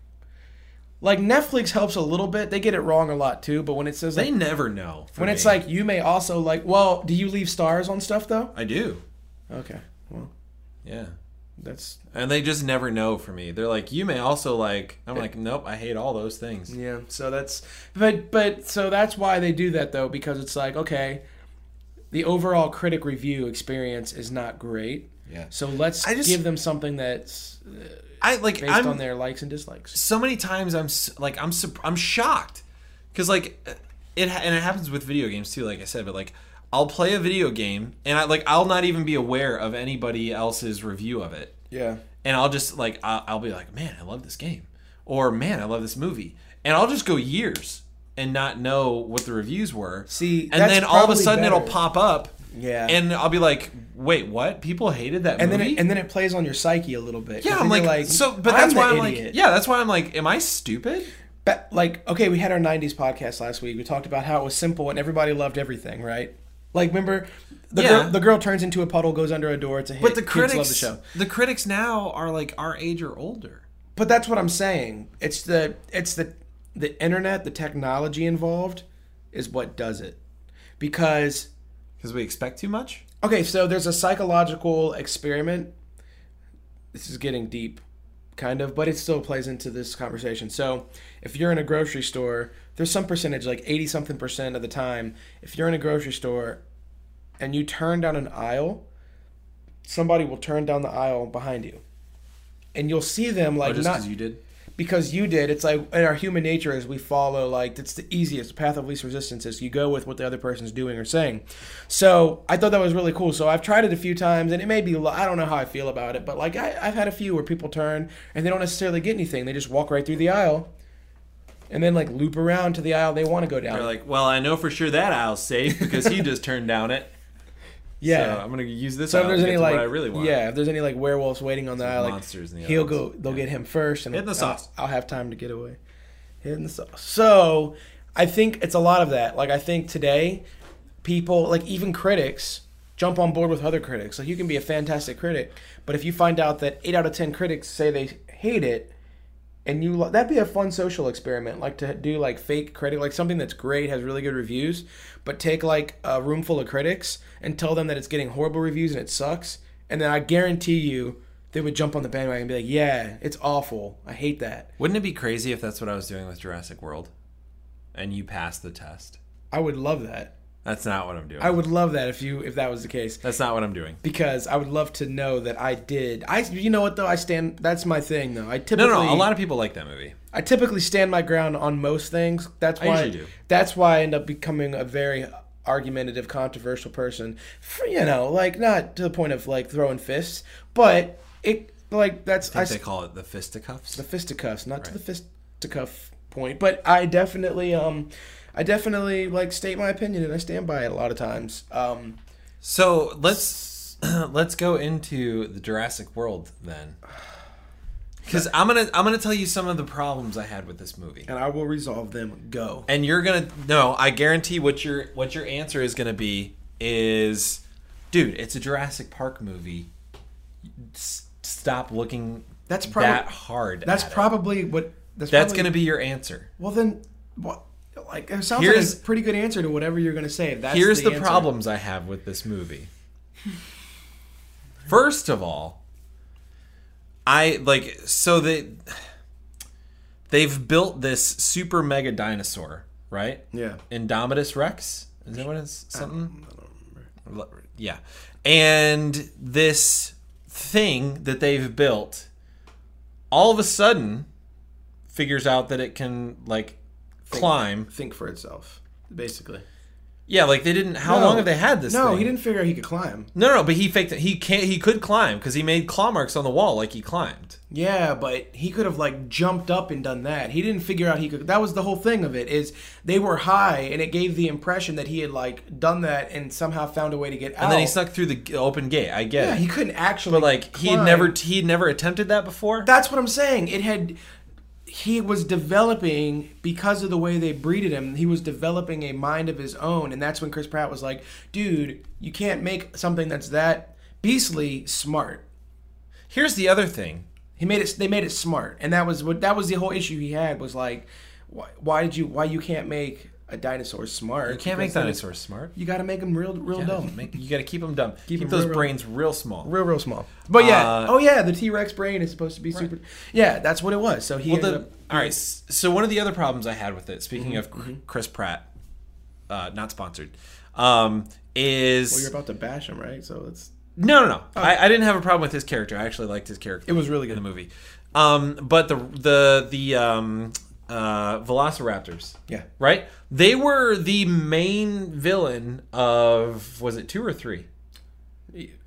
S1: Like Netflix helps a little bit. They get it wrong a lot too. But when it says
S3: they
S1: like,
S3: never know. for
S1: when it's
S3: me.
S1: like you may also like, well, do you leave stars on stuff though?
S3: I do.
S1: Okay, well
S3: Yeah.
S1: that's
S3: And they just never know for me. They're like, you may also like. I'm like, nope. I hate all those things.
S1: yeah. So that's but but so that's why they do that though because it's like okay, the overall critic review experience is not great.
S3: Yeah.
S1: So let's
S3: I just-
S1: give them something that's uh,
S3: I like.
S1: based
S3: I'm
S1: on their likes and dislikes.
S3: so many times I'm s- like I'm sup- I'm shocked because like uh, it ha- and it happens with video games too. Like I said, but like I'll play a video game and I like I'll not even be aware of anybody else's review of it,
S1: Yeah.
S3: and I'll just like I'll, I'll be like, man, I love this game, or man, I love this movie, and I'll just go years and not know what the reviews were.
S1: See,
S3: and
S1: that's
S3: then all of a
S1: probably
S3: sudden it'll
S1: better.
S3: pop up.
S1: Yeah.
S3: and I'll be like, wait, what? People hated that
S1: and
S3: movie.
S1: then it, and then it plays on your psyche a little bit. 'cause
S3: yeah,
S1: then
S3: I'm
S1: you're
S3: like, so, but that's
S1: the
S3: why I'm like,
S1: idiot.
S3: yeah, that's why I'm like, am I stupid?
S1: But, like, okay, we had our '90s podcast last week. We talked about how it was simple and everybody loved everything, right? Like, remember, the
S3: Yeah.
S1: girl, the girl turns into a puddle, goes under a door. It's a hit.
S3: But the
S1: Kids
S3: critics,
S1: love the
S3: the,
S1: show.
S3: critics now are like our age or older.
S1: But that's what I'm saying. It's the it's the the internet, the technology involved, is what does it. Because
S3: Because we expect too much.
S1: Okay, so there's a psychological experiment. This is getting deep, kind of, but it still plays into this conversation. So, if you're in a grocery store, there's some percentage, like 80 something percent of the time, if you're in a grocery store and you turn down an aisle, somebody will turn down the aisle behind you. And you'll see them like not
S3: did.
S1: because you did. It's like in our human nature is we follow like it's the easiest path of least resistance is you go with what the other person's doing or saying. So I thought that was really cool. So I've tried it a few times and it may be li- I don't know how I feel about it, but like I, I've had a few where people turn and they don't necessarily get anything. They just walk right through the aisle and then like loop around to the aisle they want to go down.
S3: They're like, well, I know for sure that aisle's safe because he just turned down it.
S1: yeah.
S3: so I'm gonna use this.
S1: So
S3: aisle
S1: if there's
S3: to get
S1: any
S3: to
S1: like
S3: what I really want.
S1: yeah, if there's any like werewolves waiting on the aisle,
S3: monsters in
S1: like
S3: the
S1: he'll
S3: aisles.
S1: go, they'll get him first, and
S3: Hit the
S1: I'll-
S3: sauce.
S1: I'll, have time to get away. Hit the sauce. So I think it's a lot of that. Like I think today, people like even critics jump on board with other critics. Like you can be a fantastic critic, but if you find out that eight out of ten critics say they hate it. And you lo- that'd be a fun social experiment, like to do like fake critic, like something that's great has really good reviews, but take like a room full of critics and tell them that it's getting horrible reviews and it sucks, and then I guarantee you they would jump on the bandwagon and be like, "Yeah, it's awful. I hate that."
S3: Wouldn't it be crazy if that's what I was doing with Jurassic World, and you passed the test?
S1: I would love that.
S3: That's not what I'm doing.
S1: I would love that if you if that was the case.
S3: that's not what I'm doing.
S1: because I would love to know that I did. I, you know what though, I stand. That's my thing though. I
S3: No,
S1: typically,
S3: no, no. A lot of people like that movie.
S1: I typically stand my ground on most things. That's why.
S3: usually do.
S1: That's why I end up becoming a very argumentative, controversial person. For, you know, like not to the point of like throwing fists, but it like that's
S3: I
S1: I,
S3: think they call it the fisticuffs.
S1: the fisticuffs, not to the fisticuff point, but I definitely um. I definitely like state my opinion and I stand by it a lot of times. Um,
S3: So let's let's go into the Jurassic World then, because I'm gonna I'm gonna tell you some of the problems I had with this movie,
S1: and I will resolve them. Go.
S3: and you're gonna no, I guarantee what your what your answer is gonna be is, dude, it's a Jurassic Park movie. s- stop looking
S1: That's probably
S3: that hard.
S1: that's
S3: at it.
S1: probably what that's,
S3: that's
S1: probably,
S3: going to be your answer.
S1: Well then, what? Like it sounds
S3: Here's-
S1: like a pretty good answer to whatever you're gonna say. That's
S3: Here's the,
S1: answer.
S3: problems I have with this movie. First of all, I like so they they've built this super mega dinosaur, right?
S1: Yeah.
S3: Indominus Rex. Is that what it's something? L- Yeah. And this thing that they've built all of a sudden figures out that it can like climb.
S1: Think for itself, basically.
S3: Yeah, like they didn't how
S1: No.
S3: long have they had this
S1: No,
S3: thing?
S1: he didn't figure out he could climb.
S3: No, no, but he faked it. He can't. He could climb because he made claw marks on the wall, like he climbed.
S1: Yeah, but he could have like jumped up and done that. He didn't figure out he could. That was the whole thing of it is they were high and it gave the impression that he had like done that and somehow found a way to get out.
S3: And then he snuck through the g- open gate. I get.
S1: Yeah,
S3: it.
S1: he couldn't actually.
S3: but like he had
S1: climb.
S3: never he had never attempted that before.
S1: That's what I'm saying. It had. He was developing because of the way they breeded him. He was developing a mind of his own, and that's when Chris Pratt was like, "Dude, you can't make something that's that beastly smart."
S3: Here's the other thing.
S1: He made it. They made it smart, and that was what that was the whole issue he had was like, why, why did you why you can't make a dinosaur smart?
S3: You can't make dinosaurs smart.
S1: You got to make them real real
S3: You gotta
S1: dumb,
S3: make- you got to keep them dumb. Keep,
S1: 'em
S3: those
S1: real, real-
S3: brains real small.
S1: real real small. But yeah,
S3: Uh,
S1: oh yeah, the T Rex brain is supposed to be super. Yeah, that's what it was. So he
S3: Well,
S1: ended
S3: the,
S1: up-
S3: all right. s- So one of the other problems I had with it, speaking
S1: Mm-hmm.
S3: of Chr- Chris Pratt, uh, not sponsored, um, is
S1: well, you're about to bash him, right? So it's
S3: No, no, no. I, I didn't have a problem with his character. I actually liked his character.
S1: It was really
S3: in
S1: good.
S3: the movie. Um, but the the the um, uh, Velociraptors,
S1: yeah.
S3: right? They were the main villain of was it two or three?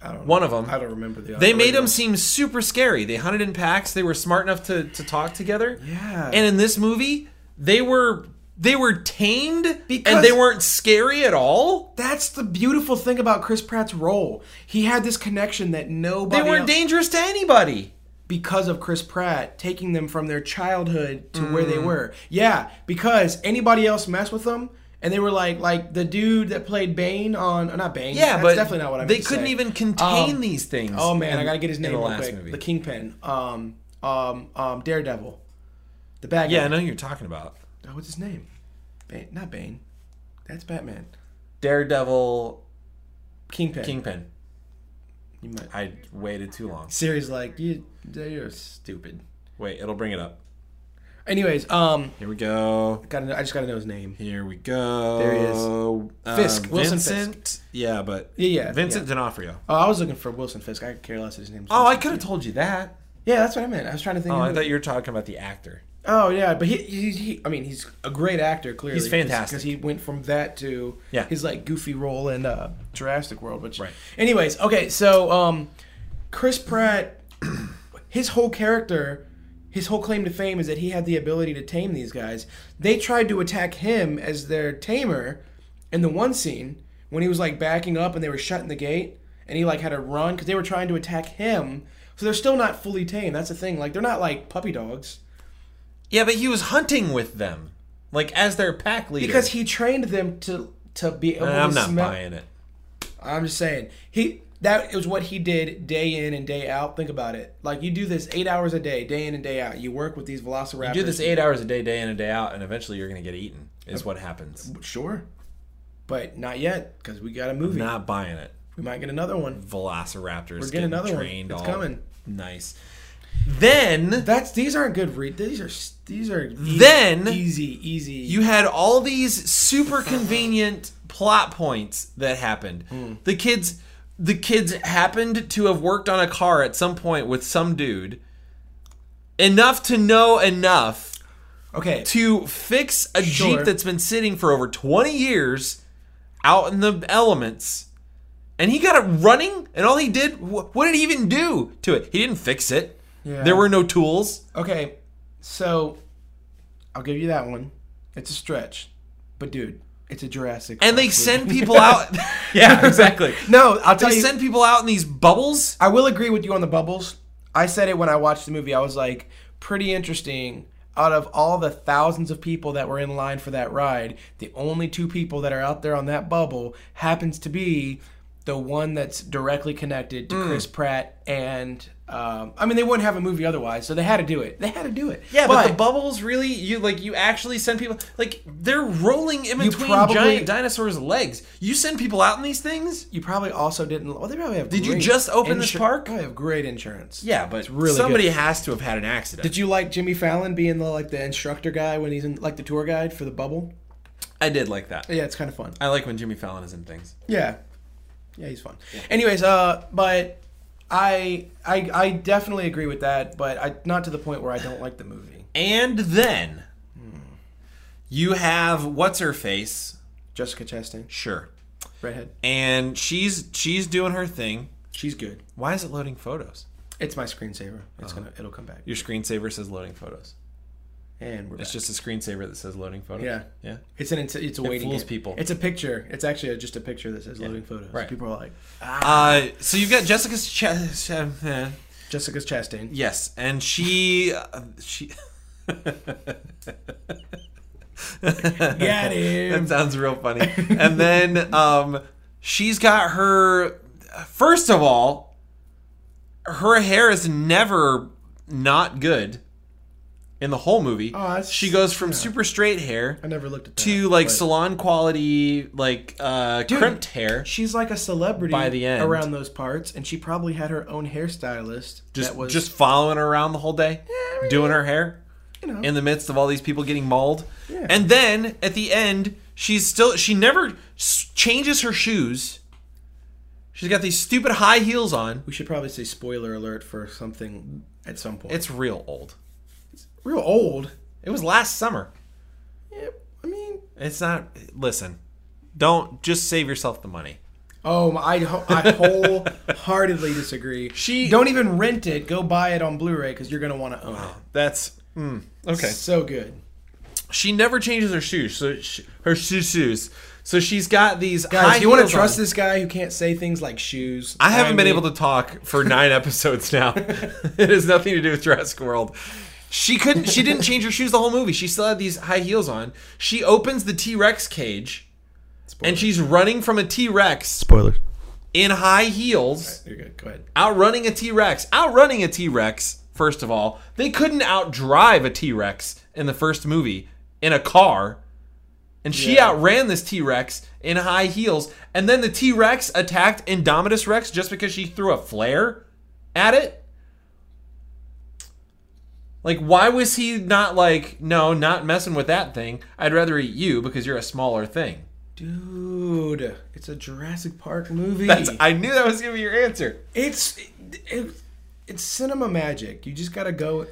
S1: I don't
S3: One
S1: know.
S3: of 'em.
S1: I don't remember the.
S3: They made
S1: original.
S3: them seem super scary. They hunted in packs. They were smart enough to to talk together.
S1: Yeah.
S3: And in this movie, they were they were tamed
S1: Because-
S3: and they weren't scary at all.
S1: That's the beautiful thing about Chris Pratt's role. He had this connection that nobody.
S3: They weren't
S1: else-
S3: dangerous to anybody.
S1: because of Chris Pratt taking them from their childhood to where they
S3: Mm.
S1: were. Yeah, because anybody else messed with them, and they were like, like the dude that played Bane on, uh, not Bane.
S3: Yeah,
S1: that's
S3: but
S1: definitely not what I.
S3: They
S1: meant to
S3: couldn't
S1: say.
S3: even contain
S1: Um,
S3: these things.
S1: Oh man,
S3: in-
S1: I gotta get his
S3: in
S1: name
S3: the
S1: real
S3: last
S1: quick.
S3: movie.
S1: The Kingpin, um, um, um, Daredevil, the bad
S3: yeah, I
S1: guy.
S3: know who you're talking about
S1: Oh, what's his name? Bane, not Bane. That's Batman.
S3: Daredevil,
S1: Kingpin.
S3: Kingpin.
S1: You might.
S3: I waited too long.
S1: Siri's like you. You're stupid.
S3: Wait, it'll bring it up.
S1: Anyways, um,
S3: Here we go.
S1: gotta know, I just gotta know his name.
S3: Here we go.
S1: There he is.
S3: Uh,
S1: Fisk, Wilson
S3: Vincent. Yeah, but
S1: Yeah, yeah,
S3: Vincent D'Onofrio.
S1: Oh, I was looking for Wilson Fisk. I could care less his name.
S3: Oh, I could have told you that.
S1: Yeah, that's what I meant. I was trying to think.
S3: Oh,
S1: of
S3: I
S1: it.
S3: thought you were talking about the actor.
S1: oh yeah, but he, he, he, I mean, he's a great actor. Clearly,
S3: He's fantastic.
S1: because he went from that to
S3: Yeah.
S1: his like goofy role in uh, Jurassic World. Which,
S3: Right.
S1: anyways, okay, so um, Chris Pratt, his whole character, his whole claim to fame is that he had the ability to tame these guys. They tried to attack him as their tamer in the one scene when he was like backing up and they were shutting the gate and he like had to run because they were trying to attack him. So they're still not fully tame. That's the thing. Like they're not like puppy dogs.
S3: Yeah, but he was hunting with them, like as their pack leader.
S1: because he trained them to to be able
S3: I'm
S1: to
S3: not
S1: smell.
S3: buying it.
S1: I'm just saying he that is what he did day in and day out. Think about it. Like you do this eight hours a day, day in and day out. You work with these velociraptors.
S3: You do this eight hours a day, day in and day out, and eventually you're gonna get eaten. Is what happens.
S1: sure, but not yet because we got a movie.
S3: Not buying it.
S1: We might get another one.
S3: Velociraptors. We're
S1: getting another one.
S3: trained
S1: It's
S3: all
S1: coming.
S3: Nice. Then
S1: That's these aren't good read. These are these are easy,
S3: Then-
S1: easy easy.
S3: you had all these super convenient plot points that happened.
S1: Hmm.
S3: The kids, the kids happened to have worked on a car at some point with some dude. Enough to know enough
S1: okay?
S3: to fix a
S1: Sure.
S3: jeep that's been sitting for over 20 years out in the elements and he got it running and all he did wh- what did he even do to it he didn't fix it
S1: Yeah.
S3: there were no tools
S1: Okay, so I'll give you that one. It's a stretch, but dude, it's a Jurassic.
S3: and they
S1: Park movie.
S3: send people out yeah exactly
S1: No, I'll tell
S3: they
S1: you.
S3: send people out in these bubbles
S1: I will agree with you on the bubbles. I said it when I watched the movie. I was like, pretty interesting. Out of all the thousands of people that were in line for that ride, the only two people that are out there on that bubble happens to be the one that's directly connected
S3: Mm.
S1: to Chris Pratt and um, I mean they wouldn't have a movie otherwise, so they had to do it. They had to do it.
S3: Yeah, but, the bubbles really you like you actually send people like they're rolling in between
S1: probably-
S3: giant dinosaurs' legs. You send people out in these things?
S1: you probably also didn't. Well, they probably have.
S3: Did you
S1: great
S3: just open this
S1: insur-
S3: park?
S1: Probably have great insurance.
S3: Yeah, but
S1: really
S3: somebody has to have had an accident.
S1: Did you like Jimmy Fallon being the like the instructor guy when he's in like the tour guide for the bubble?
S3: I did like that.
S1: Yeah, it's kind of fun.
S3: I like when Jimmy Fallon is in things.
S1: Yeah, yeah, he's fun. Anyways, uh, but I I I definitely agree with that, but I not to the point where I don't like the movie.
S3: And then Hmm. you have what's her face?
S1: Jessica Chastain,
S3: Sure.
S1: redhead,
S3: And she's she's doing her thing.
S1: she's good.
S3: Why is it loading photos?
S1: It's my screensaver. It's gonna it'll come back.
S3: Your screensaver says loading photos.
S1: And we're back.
S3: It's just a screensaver that says loading photos.
S1: Yeah.
S3: Yeah.
S1: It's an it's, it's a waiting
S3: fools
S1: game.
S3: people.
S1: It's a picture. It's actually just a picture that says loading photos.
S3: Right.
S1: People are like
S3: Uh, so you've got Jessica's chest.
S1: Jessica Chastain.
S3: Yes, and she uh, she.
S1: Got him.
S3: that sounds real funny. And then um, she's got her. First of all, her hair is never not good in the whole movie.
S1: Oh, that's-
S3: she goes from super straight hair
S1: I never looked at that.
S3: to like
S1: but-
S3: salon quality, like uh, crimped hair.
S1: She's like a celebrity
S3: By the end.
S1: around those parts, and she probably had her own hairstylist.
S3: Just
S1: that was
S3: just following her around the whole day, doing her hair.
S1: you know.
S3: Mm-hmm. in the midst of all these people getting mauled.
S1: Yeah.
S3: And then at the end, she's still she never s- changes her shoes. She's got these stupid high heels on.
S1: we should probably say spoiler alert for something at some point.
S3: It's real old.
S1: real old.
S3: It was last summer.
S1: Yeah, I mean,
S3: It's not listen. Don't just save yourself the money.
S1: oh, I ho- I wholeheartedly disagree.
S3: She-
S1: don't even rent it. Go buy it on Blu-ray because you're gonna want to own it.
S3: That's mm, okay.
S1: So good.
S3: She never changes her shoes. So sh her shoe shoes. So she's got these
S1: Guys,
S3: high
S1: you want to
S3: heels
S1: trust
S3: on.
S1: this guy who can't say things like shoes?
S3: I haven't been able to talk for nine episodes now. it has nothing to do with Jurassic World. She couldn't. She didn't change her shoes the whole movie. She still had these high heels on. She opens the T Rex cage, and she's running from a T Rex
S1: Spoilers.
S3: in high heels,
S1: You're good. Go ahead.
S3: outrunning a T Rex, outrunning a T Rex. First of all, they couldn't outdrive a T Rex in the first movie in a car, and she
S1: Yeah.
S3: outran this T Rex in high heels. And then the T Rex attacked Indominus Rex just because she threw a flare at it? Like, why was he not like, no, not messing with that thing? I'd rather eat you because you're a smaller thing.
S1: Dude, it's a Jurassic Park movie.
S3: That's, I knew that was gonna be your answer.
S1: It's it, it's cinema magic. You just gotta go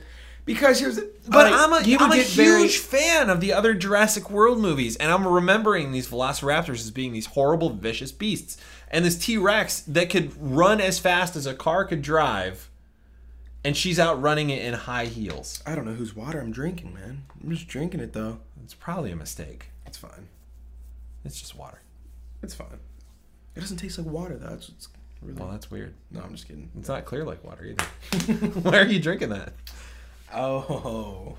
S1: because here's the-
S3: But
S1: like,
S3: I'm a,
S1: you would
S3: I'm a
S1: get
S3: huge
S1: very-
S3: fan of the other Jurassic World movies, and I'm remembering these velociraptors as being these horrible, vicious beasts. And this T Rex that could run as fast as a car could drive, and she's outrunning it in high heels.
S1: I don't know whose water I'm drinking, man. I'm just drinking it though.
S3: It's probably a mistake.
S1: It's fine.
S3: It's just water.
S1: It's fine. It doesn't taste like water though. It's, it's really
S3: Well, that's weird.
S1: no. I'm just kidding.
S3: It's not clear like water either. Why are you drinking that?
S1: Oh,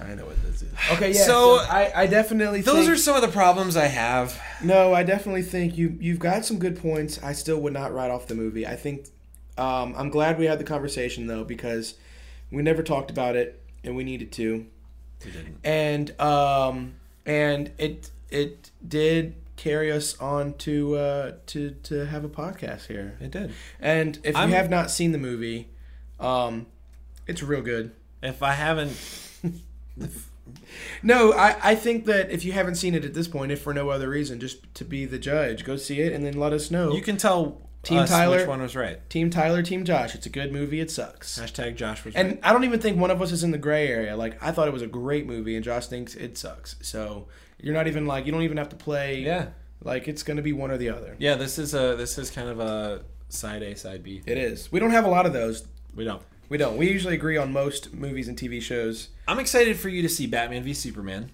S1: I know what this is. Okay, yeah.
S3: So-
S1: So, I, I definitely
S3: Those
S1: think-
S3: are some of the problems I have.
S1: No, I definitely think you you've got some good points. I still would not write off the movie. I think um, I'm glad we had the conversation though because we never talked about it and we needed to. And um, and it it did carry us on to uh, to to have a podcast here.
S3: It did.
S1: And if
S3: I'm-
S1: you have not seen the movie, um, it's real good.
S3: If I haven't,
S1: No, I, I think that if you haven't seen it at this point, if for no other reason, just to be the judge, go see it and then let us know.
S3: you can tell
S1: Team
S3: us which
S1: Tyler.
S3: one was right.
S1: Team Tyler, Team Josh. It's a good movie. It sucks.
S3: Hashtag Josh was right.
S1: And I don't even think one of us is in the gray area. Like I thought it was a great movie, and Josh thinks it sucks. So you're not even like you don't even have to play.
S3: Yeah,
S1: Like it's gonna be one or the other.
S3: yeah. This is a this is kind of a side A side B.
S1: It is. We don't have a lot of those.
S3: We don't.
S1: We don't. We usually agree on most movies and TV shows.
S3: I'm excited for you to see Batman v Superman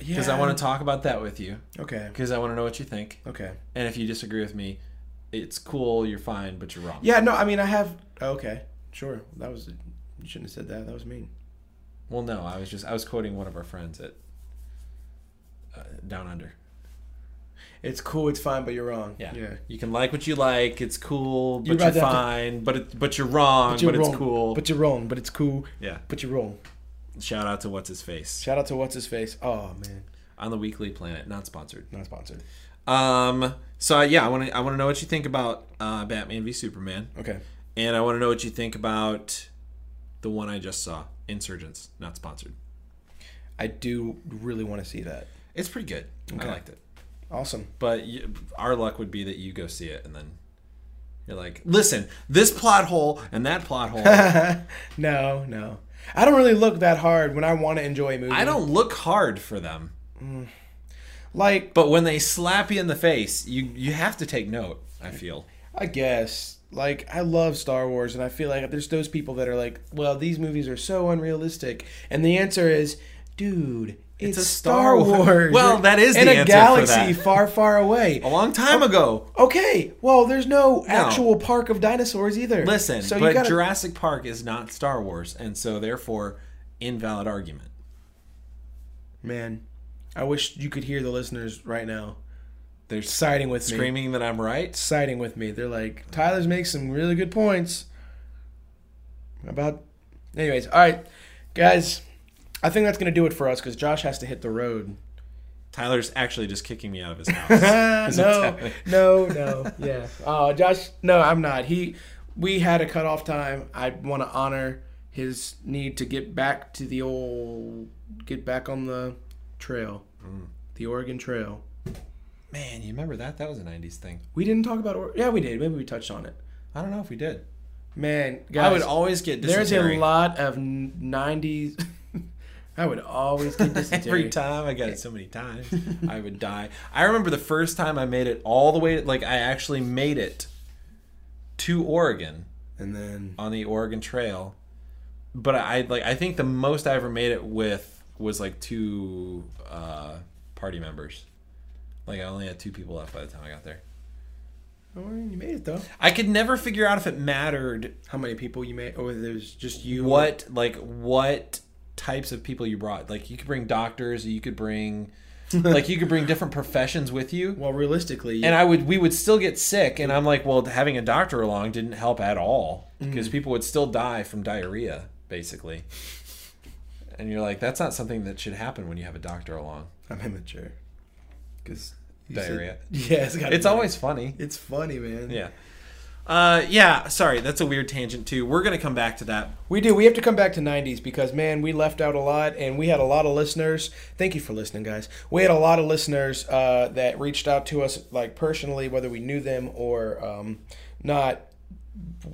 S1: Yeah.
S3: because I want to talk about that with you
S1: Okay.
S3: because I want to know what you think.
S1: Okay.
S3: And if you disagree with me, it's cool. You're fine, but you're wrong.
S1: Yeah. No. I mean, I have. oh, Okay. Sure. That was. You shouldn't have said that. That was mean.
S3: Well, no, I was just I was quoting one of our friends at uh, Down Under.
S1: it's cool, it's fine, but you're wrong.
S3: Yeah.
S1: yeah.
S3: You can like what you like. It's cool,
S1: You're
S3: but
S1: about
S3: you're,
S1: to have to-
S3: fine. But it, but you're wrong. But,
S1: you're
S3: it's
S1: wrong,
S3: cool.
S1: But you're wrong. But it's cool.
S3: yeah.
S1: But you're wrong.
S3: Shout out to what's his face
S1: Shout out to what's his face. Oh man,
S3: on the Weekly Planet, not sponsored.
S1: not sponsored.
S3: Um. So yeah, I want to I want to know what you think about uh, Batman v Superman,
S1: Okay.
S3: and I want to know what you think about the one I just saw, Insurgents, not sponsored.
S1: I do really want to see that.
S3: It's pretty good. I liked it.
S1: Awesome.
S3: But you, our luck would be that you go see it and then you're like, listen, this plot hole and that plot hole.
S1: no, no. I don't really look that hard when I want to enjoy a movie.
S3: I don't look hard for them,
S1: like.
S3: but when they slap you in the face, you you have to take note. I feel.
S1: I guess. Like I love Star Wars, and I feel like there's those people that are like, "Well, these movies are so unrealistic," and the answer is, "Dude, it's,
S3: a
S1: a Star
S3: Star Wa-
S1: Wars.
S3: Well, that is
S1: in
S3: the
S1: a
S3: answer for
S1: galaxy
S3: that.
S1: far, far away.
S3: A long
S1: Oh.
S3: time ago,
S1: Okay, well, there's no, actual park of dinosaurs either.
S3: Listen,
S1: so
S3: but
S1: you gotta,
S3: Jurassic Park is not Star Wars, and so therefore, invalid argument.
S1: man, I wish you could hear the listeners right now.
S3: They're
S1: Siding with me.
S3: screaming that I'm right.
S1: siding with me. They're like, Tyler's makes some really good points about. Anyways, all right, guys, I think that's gonna do it for us because Josh has to hit the road.
S3: Tyler's actually just kicking me out of his house.
S1: Ah, no, no, no, yeah. Oh, Josh, no, I'm not. He, we had a cutoff time. I want to honor his need to get back to the old, get back on the trail, the Oregon Trail.
S3: Man, you remember that? That was a '90s thing.
S1: We didn't talk about, or- yeah, we did. Maybe we touched on it.
S3: I don't know if we did.
S1: Man, guys,
S3: I would always get
S1: There's a
S3: dysentery
S1: lot of n- 90s. I would always get dysentery.
S3: every time. I got it so many times. I would die. I remember the first time I made it all the way. Like I actually made it to Oregon
S1: And then
S3: on the Oregon Trail, but I like I think the most I ever made it with was like two uh, party members. Like I only had two people left by the time I got there.
S1: oh, you made it though.
S3: I could never figure out if it mattered
S1: How many people you made? Oh, there's just you.
S3: what like what types of people you brought. Like you could bring doctors, you could bring like you could bring different professions with you.
S1: Well, realistically,
S3: And I would we would still get sick and I'm like, well, having a doctor along didn't help at all because people would still die from diarrhea basically. And you're like, that's not something that should happen when you have a doctor along.
S1: I'm immature. Because
S3: Diarrhea.
S1: yeah, it's got.
S3: It's always funny.
S1: It's funny, man.
S3: Yeah. Uh, yeah, sorry, that's a weird tangent too. We're gonna come back to that.
S1: We do. We have to come back to 90s because, man, we left out a lot and we had a lot of listeners. Thank you for listening, guys. We had a lot of listeners uh, that reached out to us, like personally, whether we knew them or um, not.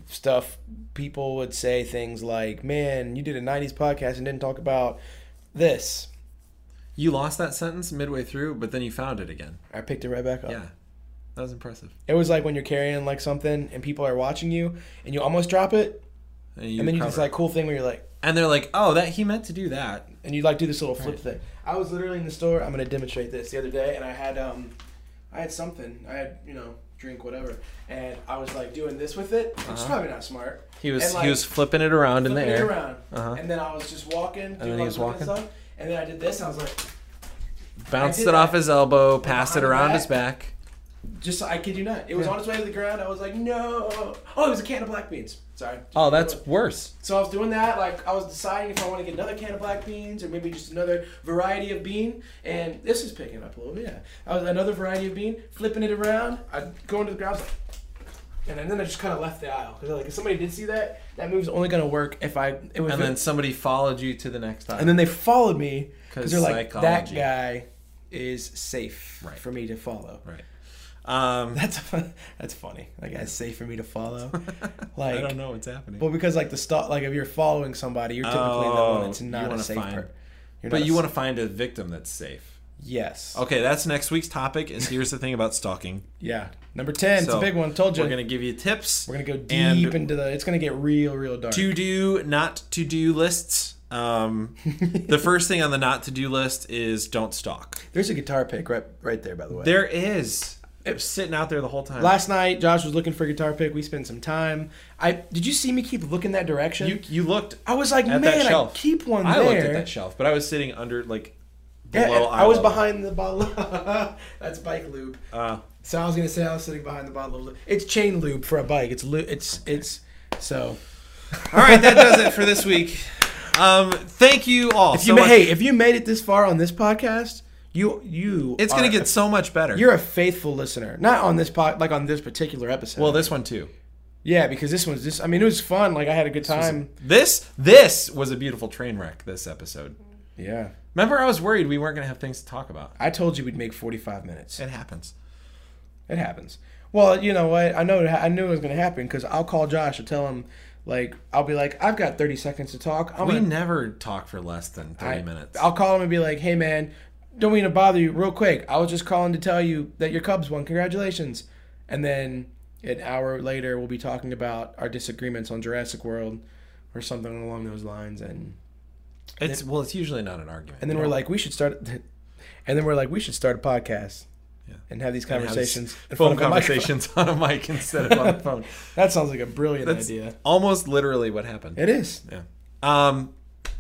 S1: Stuff people would say things like, man, you did a 90s podcast and didn't talk about this.
S3: You lost that sentence midway through, but then you found it again.
S1: I picked it right back up.
S3: Yeah. That was impressive.
S1: It was like when you're carrying like something and people are watching you and you almost drop it
S3: you
S1: and then you
S3: cover
S1: just
S3: it.
S1: like cool thing where you're like
S3: and they're like, oh, that he meant to do that.
S1: and you like do this little flip thing. I was literally in the store. I'm gonna demonstrate this the other day, and I had um, I had something. I had you know drink whatever, and I was like doing this with it. It's probably not smart.
S3: Uh-huh. He was
S1: And, like,
S3: he was flipping it around in the
S1: flipping it
S3: air.
S1: around, and then I was just walking. And
S3: then he was walking.
S1: Stuff, and then I did this. And I was like,
S3: Bounced
S1: I
S3: it
S1: did
S3: off
S1: that.
S3: his elbow, passed it
S1: behind the
S3: around
S1: back.
S3: his back.
S1: just I kid you not. It was on its way to the ground. I was like, no. Oh, it was a can of black beans. Sorry.
S3: Oh, that's worse.
S1: So I was doing that, like I was deciding if I want to get another can of black beans or maybe just another variety of bean. And this is picking up a little bit. Yeah, I was another variety of bean, flipping it around. I go into the ground, I was like, and then I just kind of left the aisle because like if somebody did see that, that move's only gonna work if I. It was
S3: And then somebody followed you to the next aisle.
S1: and then they followed me
S3: 'Cause
S1: because they're like that
S3: psychology.
S1: guy is safe
S3: Right.
S1: for me to follow.
S3: right. Um,
S1: That's that's funny. That guy's safe for me to follow. Like
S3: I don't know what's happening.
S1: Well, because like the stop, like if you're following somebody, you're typically the
S3: Oh,
S1: one that's
S3: you
S1: not
S3: wanna
S1: a safe
S3: find-
S1: per- you're
S3: but
S1: not
S3: you
S1: a-
S3: want to find a victim that's safe.
S1: yes,
S3: Okay, that's next week's topic. Is here's the thing about stalking.
S1: yeah. Number ten, it's
S3: So,
S1: a big one. Told you,
S3: We're gonna give you tips.
S1: go deep
S3: and
S1: into the. It's gonna get real, real dark.
S3: to do, not to do lists. Um, the first thing on the not to do list is don't stalk.
S1: There's a guitar pick right, right there. By the way,
S3: There is. It was sitting out there the whole time.
S1: last night Josh was looking for a guitar pick. We spent some time. I did you see me keep looking that direction?
S3: you you looked
S1: I was like,
S3: at
S1: man,
S3: that
S1: I
S3: shelf.
S1: keep one
S3: I
S1: there.
S3: looked at that shelf, but I was sitting under like
S1: Yeah,
S3: below
S1: I was
S3: level.
S1: behind the bottle. That's bike lube.
S3: Uh,
S1: So I was gonna say I was sitting behind the bottle of lube. It's chain lube for a bike. It's lu- It's it's so.
S3: all right, that does it for this week. Um, thank you all.
S1: If
S3: so
S1: you ma-
S3: much.
S1: hey, if you made it this far on this podcast, you you
S3: it's gonna
S1: are-
S3: get so much better.
S1: uh, You're a faithful listener, not on this pod, like on this particular episode.
S3: well, this one too.
S1: yeah, because this one's just. I mean, it was fun. Like I had a good time.
S3: This this was a beautiful train wreck. This episode.
S1: yeah,
S3: Remember, I was worried we weren't gonna have things to talk about.
S1: I told you we'd make 45 minutes.
S3: It happens.
S1: It happens. Well, you know what? I know. it ha- I knew it was gonna happen because I'll call Josh and tell him. Like I'll be like, I've got 30 seconds to talk. I'm
S3: We
S1: gonna
S3: never talk for less than thirty
S1: I-
S3: minutes.
S1: I'll call him and be like, "Hey, man, don't mean to bother you. Real quick, I was just calling to tell you that your Cubs won. Congratulations!" And then an hour later, we'll be talking about our disagreements on Jurassic World or something along those lines, and
S3: it's well, it's usually not an argument.
S1: and then
S3: You
S1: we're
S3: know,
S1: like, "We should start," and then we're like, "We should start a podcast."
S3: Yeah.
S1: And have these
S3: we have these
S1: conversations. in front
S3: phone
S1: of a microphone.
S3: conversations on a mic instead of on a phone.
S1: That sounds like a brilliant
S3: That's
S1: idea.
S3: almost literally what happened.
S1: It is.
S3: Yeah. Um.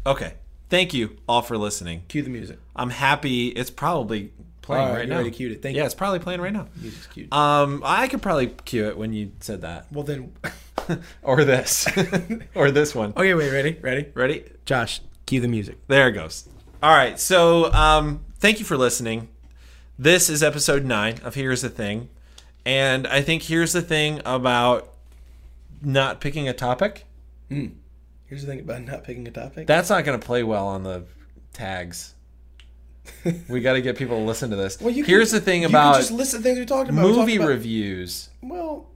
S3: Okay. Thank you all for listening.
S1: Cue the music.
S3: I'm happy. It's probably playing
S1: All right,
S3: right
S1: you
S3: now.
S1: already cued it. Thank
S3: yeah,
S1: you.
S3: it's probably playing right now.
S1: Music's cute.
S3: Um, I could probably cue it when you said that,
S1: well then.
S3: or this, or this one.
S1: okay, wait. Ready? Ready?
S3: Ready?
S1: Josh, cue the music.
S3: There it goes. All right. So, um, thank you for listening. This is episode nine of Here's the Thing, and I think here's the thing about not picking a topic.
S1: Here's the thing about not picking a topic.
S3: That's not going to play well on the tags. We got to get people to listen to this.
S1: Well, you can-
S3: Here's the thing
S1: you
S3: about
S1: can just list the things we talked about. We talked
S3: movie
S1: about-
S3: reviews.
S1: Well,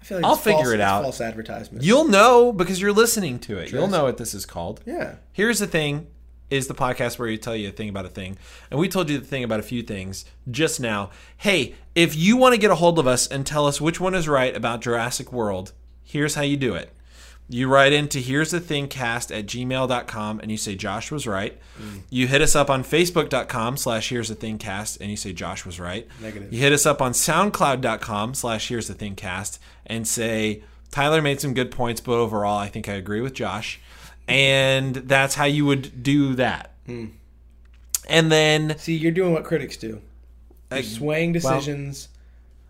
S1: I feel like
S3: I'll
S1: it's false-
S3: figure it
S1: it's
S3: out.
S1: False advertisement.
S3: You'll know because you're listening to it. You'll
S1: is.
S3: know what this is called.
S1: yeah,
S3: Here's the thing is the podcast where you tell you a thing about a thing. And we told you the thing about a few things just now. Hey, if you want to get a hold of us and tell us which one is right about Jurassic World, here's how you do it. You write into here's the thing cast at gmail.com and you say Josh was right. You hit us up on Facebook.com slash here's the thing cast and you say Josh was right.
S1: Negative.
S3: You hit us up on SoundCloud.com slash here's the thing cast and say Tyler made some good points, but overall I think I agree with Josh. And that's how you would do that. And then
S1: see, you're doing what critics do. You're swaying decisions,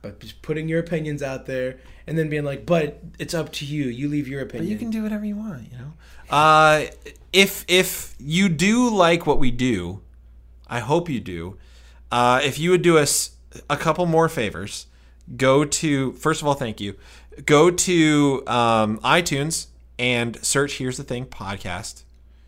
S1: but just putting your opinions out there, and then being like, "But it's up to you. You leave your opinion."
S3: you can do whatever you want, you know. Uh, if if you do like what we do, I hope you do. Uh, if you would do us a couple more favors, go to first of all, thank you. Go to um, iTunes and search "Here's the Thing" podcast.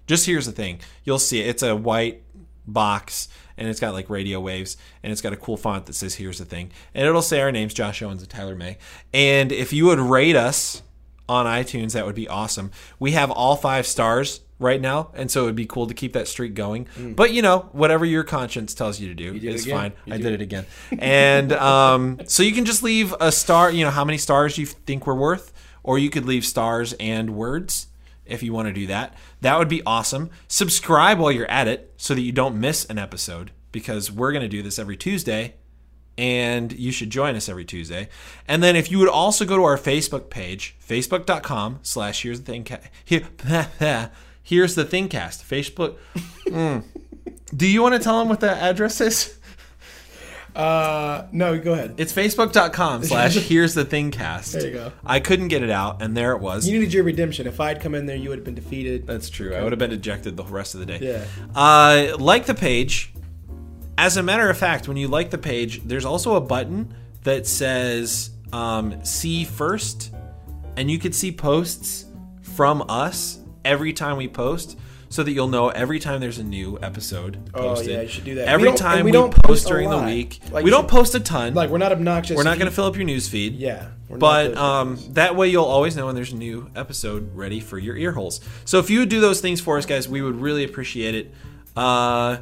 S3: Just here's the thing, you'll see it. It's a white box and it's got like radio waves and it's got a cool font that says "Here's the Thing" and it'll say our names, Josh Owens and Tyler May. And if you would rate us on iTunes, that would be awesome. We have all five stars right now, and so it would be cool to keep that streak going. But you know, whatever your conscience tells you to do
S1: did it
S3: is
S1: again.
S3: fine.
S1: Mm. You
S3: I
S1: did
S3: did it again, and um, so you can just leave a star. You know how many stars you think we're worth, or you could leave stars and words if you want to do that. That would be awesome. Subscribe while you're at it so that you don't miss an episode because we're going to do this every Tuesday and you should join us every Tuesday. And then if you would also go to our Facebook page, facebook.com slash here's the thing ca- here, here's the thing cast. Facebook. Mm. Do you want to tell them what the address is?
S1: Uh, no, go ahead.
S3: It's facebook.com slash here's the thing cast.
S1: There you go.
S3: I couldn't get it out and there it was.
S1: you needed your redemption. If I'd come in there, you would have been defeated.
S3: That's true. I would have been ejected the rest of the day.
S1: Yeah.
S3: Uh, like the page. As a matter of fact, when you like the page, there's also a button that says um, "See first, and you could see posts from us every time we post, so that you'll know every time there's a new episode
S1: Oh,
S3: posted.
S1: yeah, you should do that. We
S3: Every
S1: don't-
S3: time
S1: and we
S3: we,
S1: don't
S3: post,
S1: post a
S3: during the
S1: lot.
S3: week,
S1: Like,
S3: we
S1: you
S3: don't
S1: should-
S3: post a ton.
S1: Like we're not obnoxious.
S3: we're not
S1: If
S3: going
S1: you-
S3: to fill up your news feed.
S1: Yeah, we're not
S3: But
S1: those
S3: um,
S1: guys.
S3: that way, you'll always know when there's a new episode ready for your ear holes. So if you would do those things for us, guys, we would really appreciate it. Uh,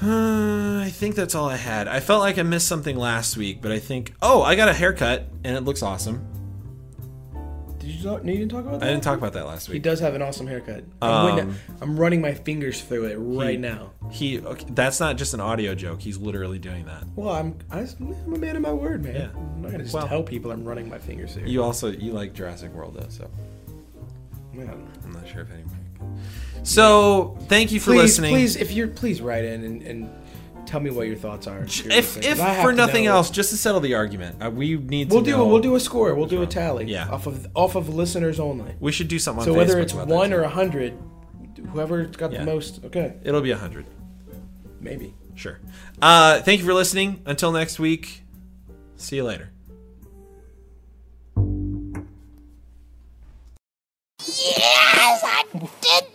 S3: uh, I think that's all I had. I felt like I missed something last week, but I think oh, I got a haircut and it looks awesome.
S1: did you, talk, you didn't talk about
S3: I
S1: that?
S3: didn't talk about that last
S1: He
S3: week.
S1: does have an awesome haircut. I'm,
S3: Um,
S1: winna- I'm running my fingers through it right
S3: He-
S1: now.
S3: He okay, that's not just an audio joke. He's literally doing that.
S1: Well, I'm I, I'm a man of my word, man.
S3: Yeah.
S1: I'm not gonna just
S3: Well-
S1: tell people I'm running my fingers through.
S3: You also you like Jurassic World though, so
S1: man.
S3: I'm not sure if anyone. So thank you for
S1: please,
S3: listening.
S1: please, if you're, please write in and, and tell me what your thoughts are. If, you're
S3: if
S1: listening,
S3: if
S1: 'cause I have
S3: for
S1: to
S3: nothing
S1: know.
S3: else, just to settle the argument, uh, we need
S1: we'll
S3: to
S1: do
S3: know-
S1: we'll do a score. We'll do a tally.
S3: Yeah.
S1: off of off of listeners only.
S3: We should do something.
S1: So
S3: on
S1: whether
S3: Facebook
S1: it's
S3: about that,
S1: one
S3: too.
S1: or a hundred, whoever got
S3: Yeah.
S1: the most, okay,
S3: it'll be a hundred.
S1: maybe.
S3: Sure. Uh, thank you for listening. Until next week. See you later.
S4: Yes, I did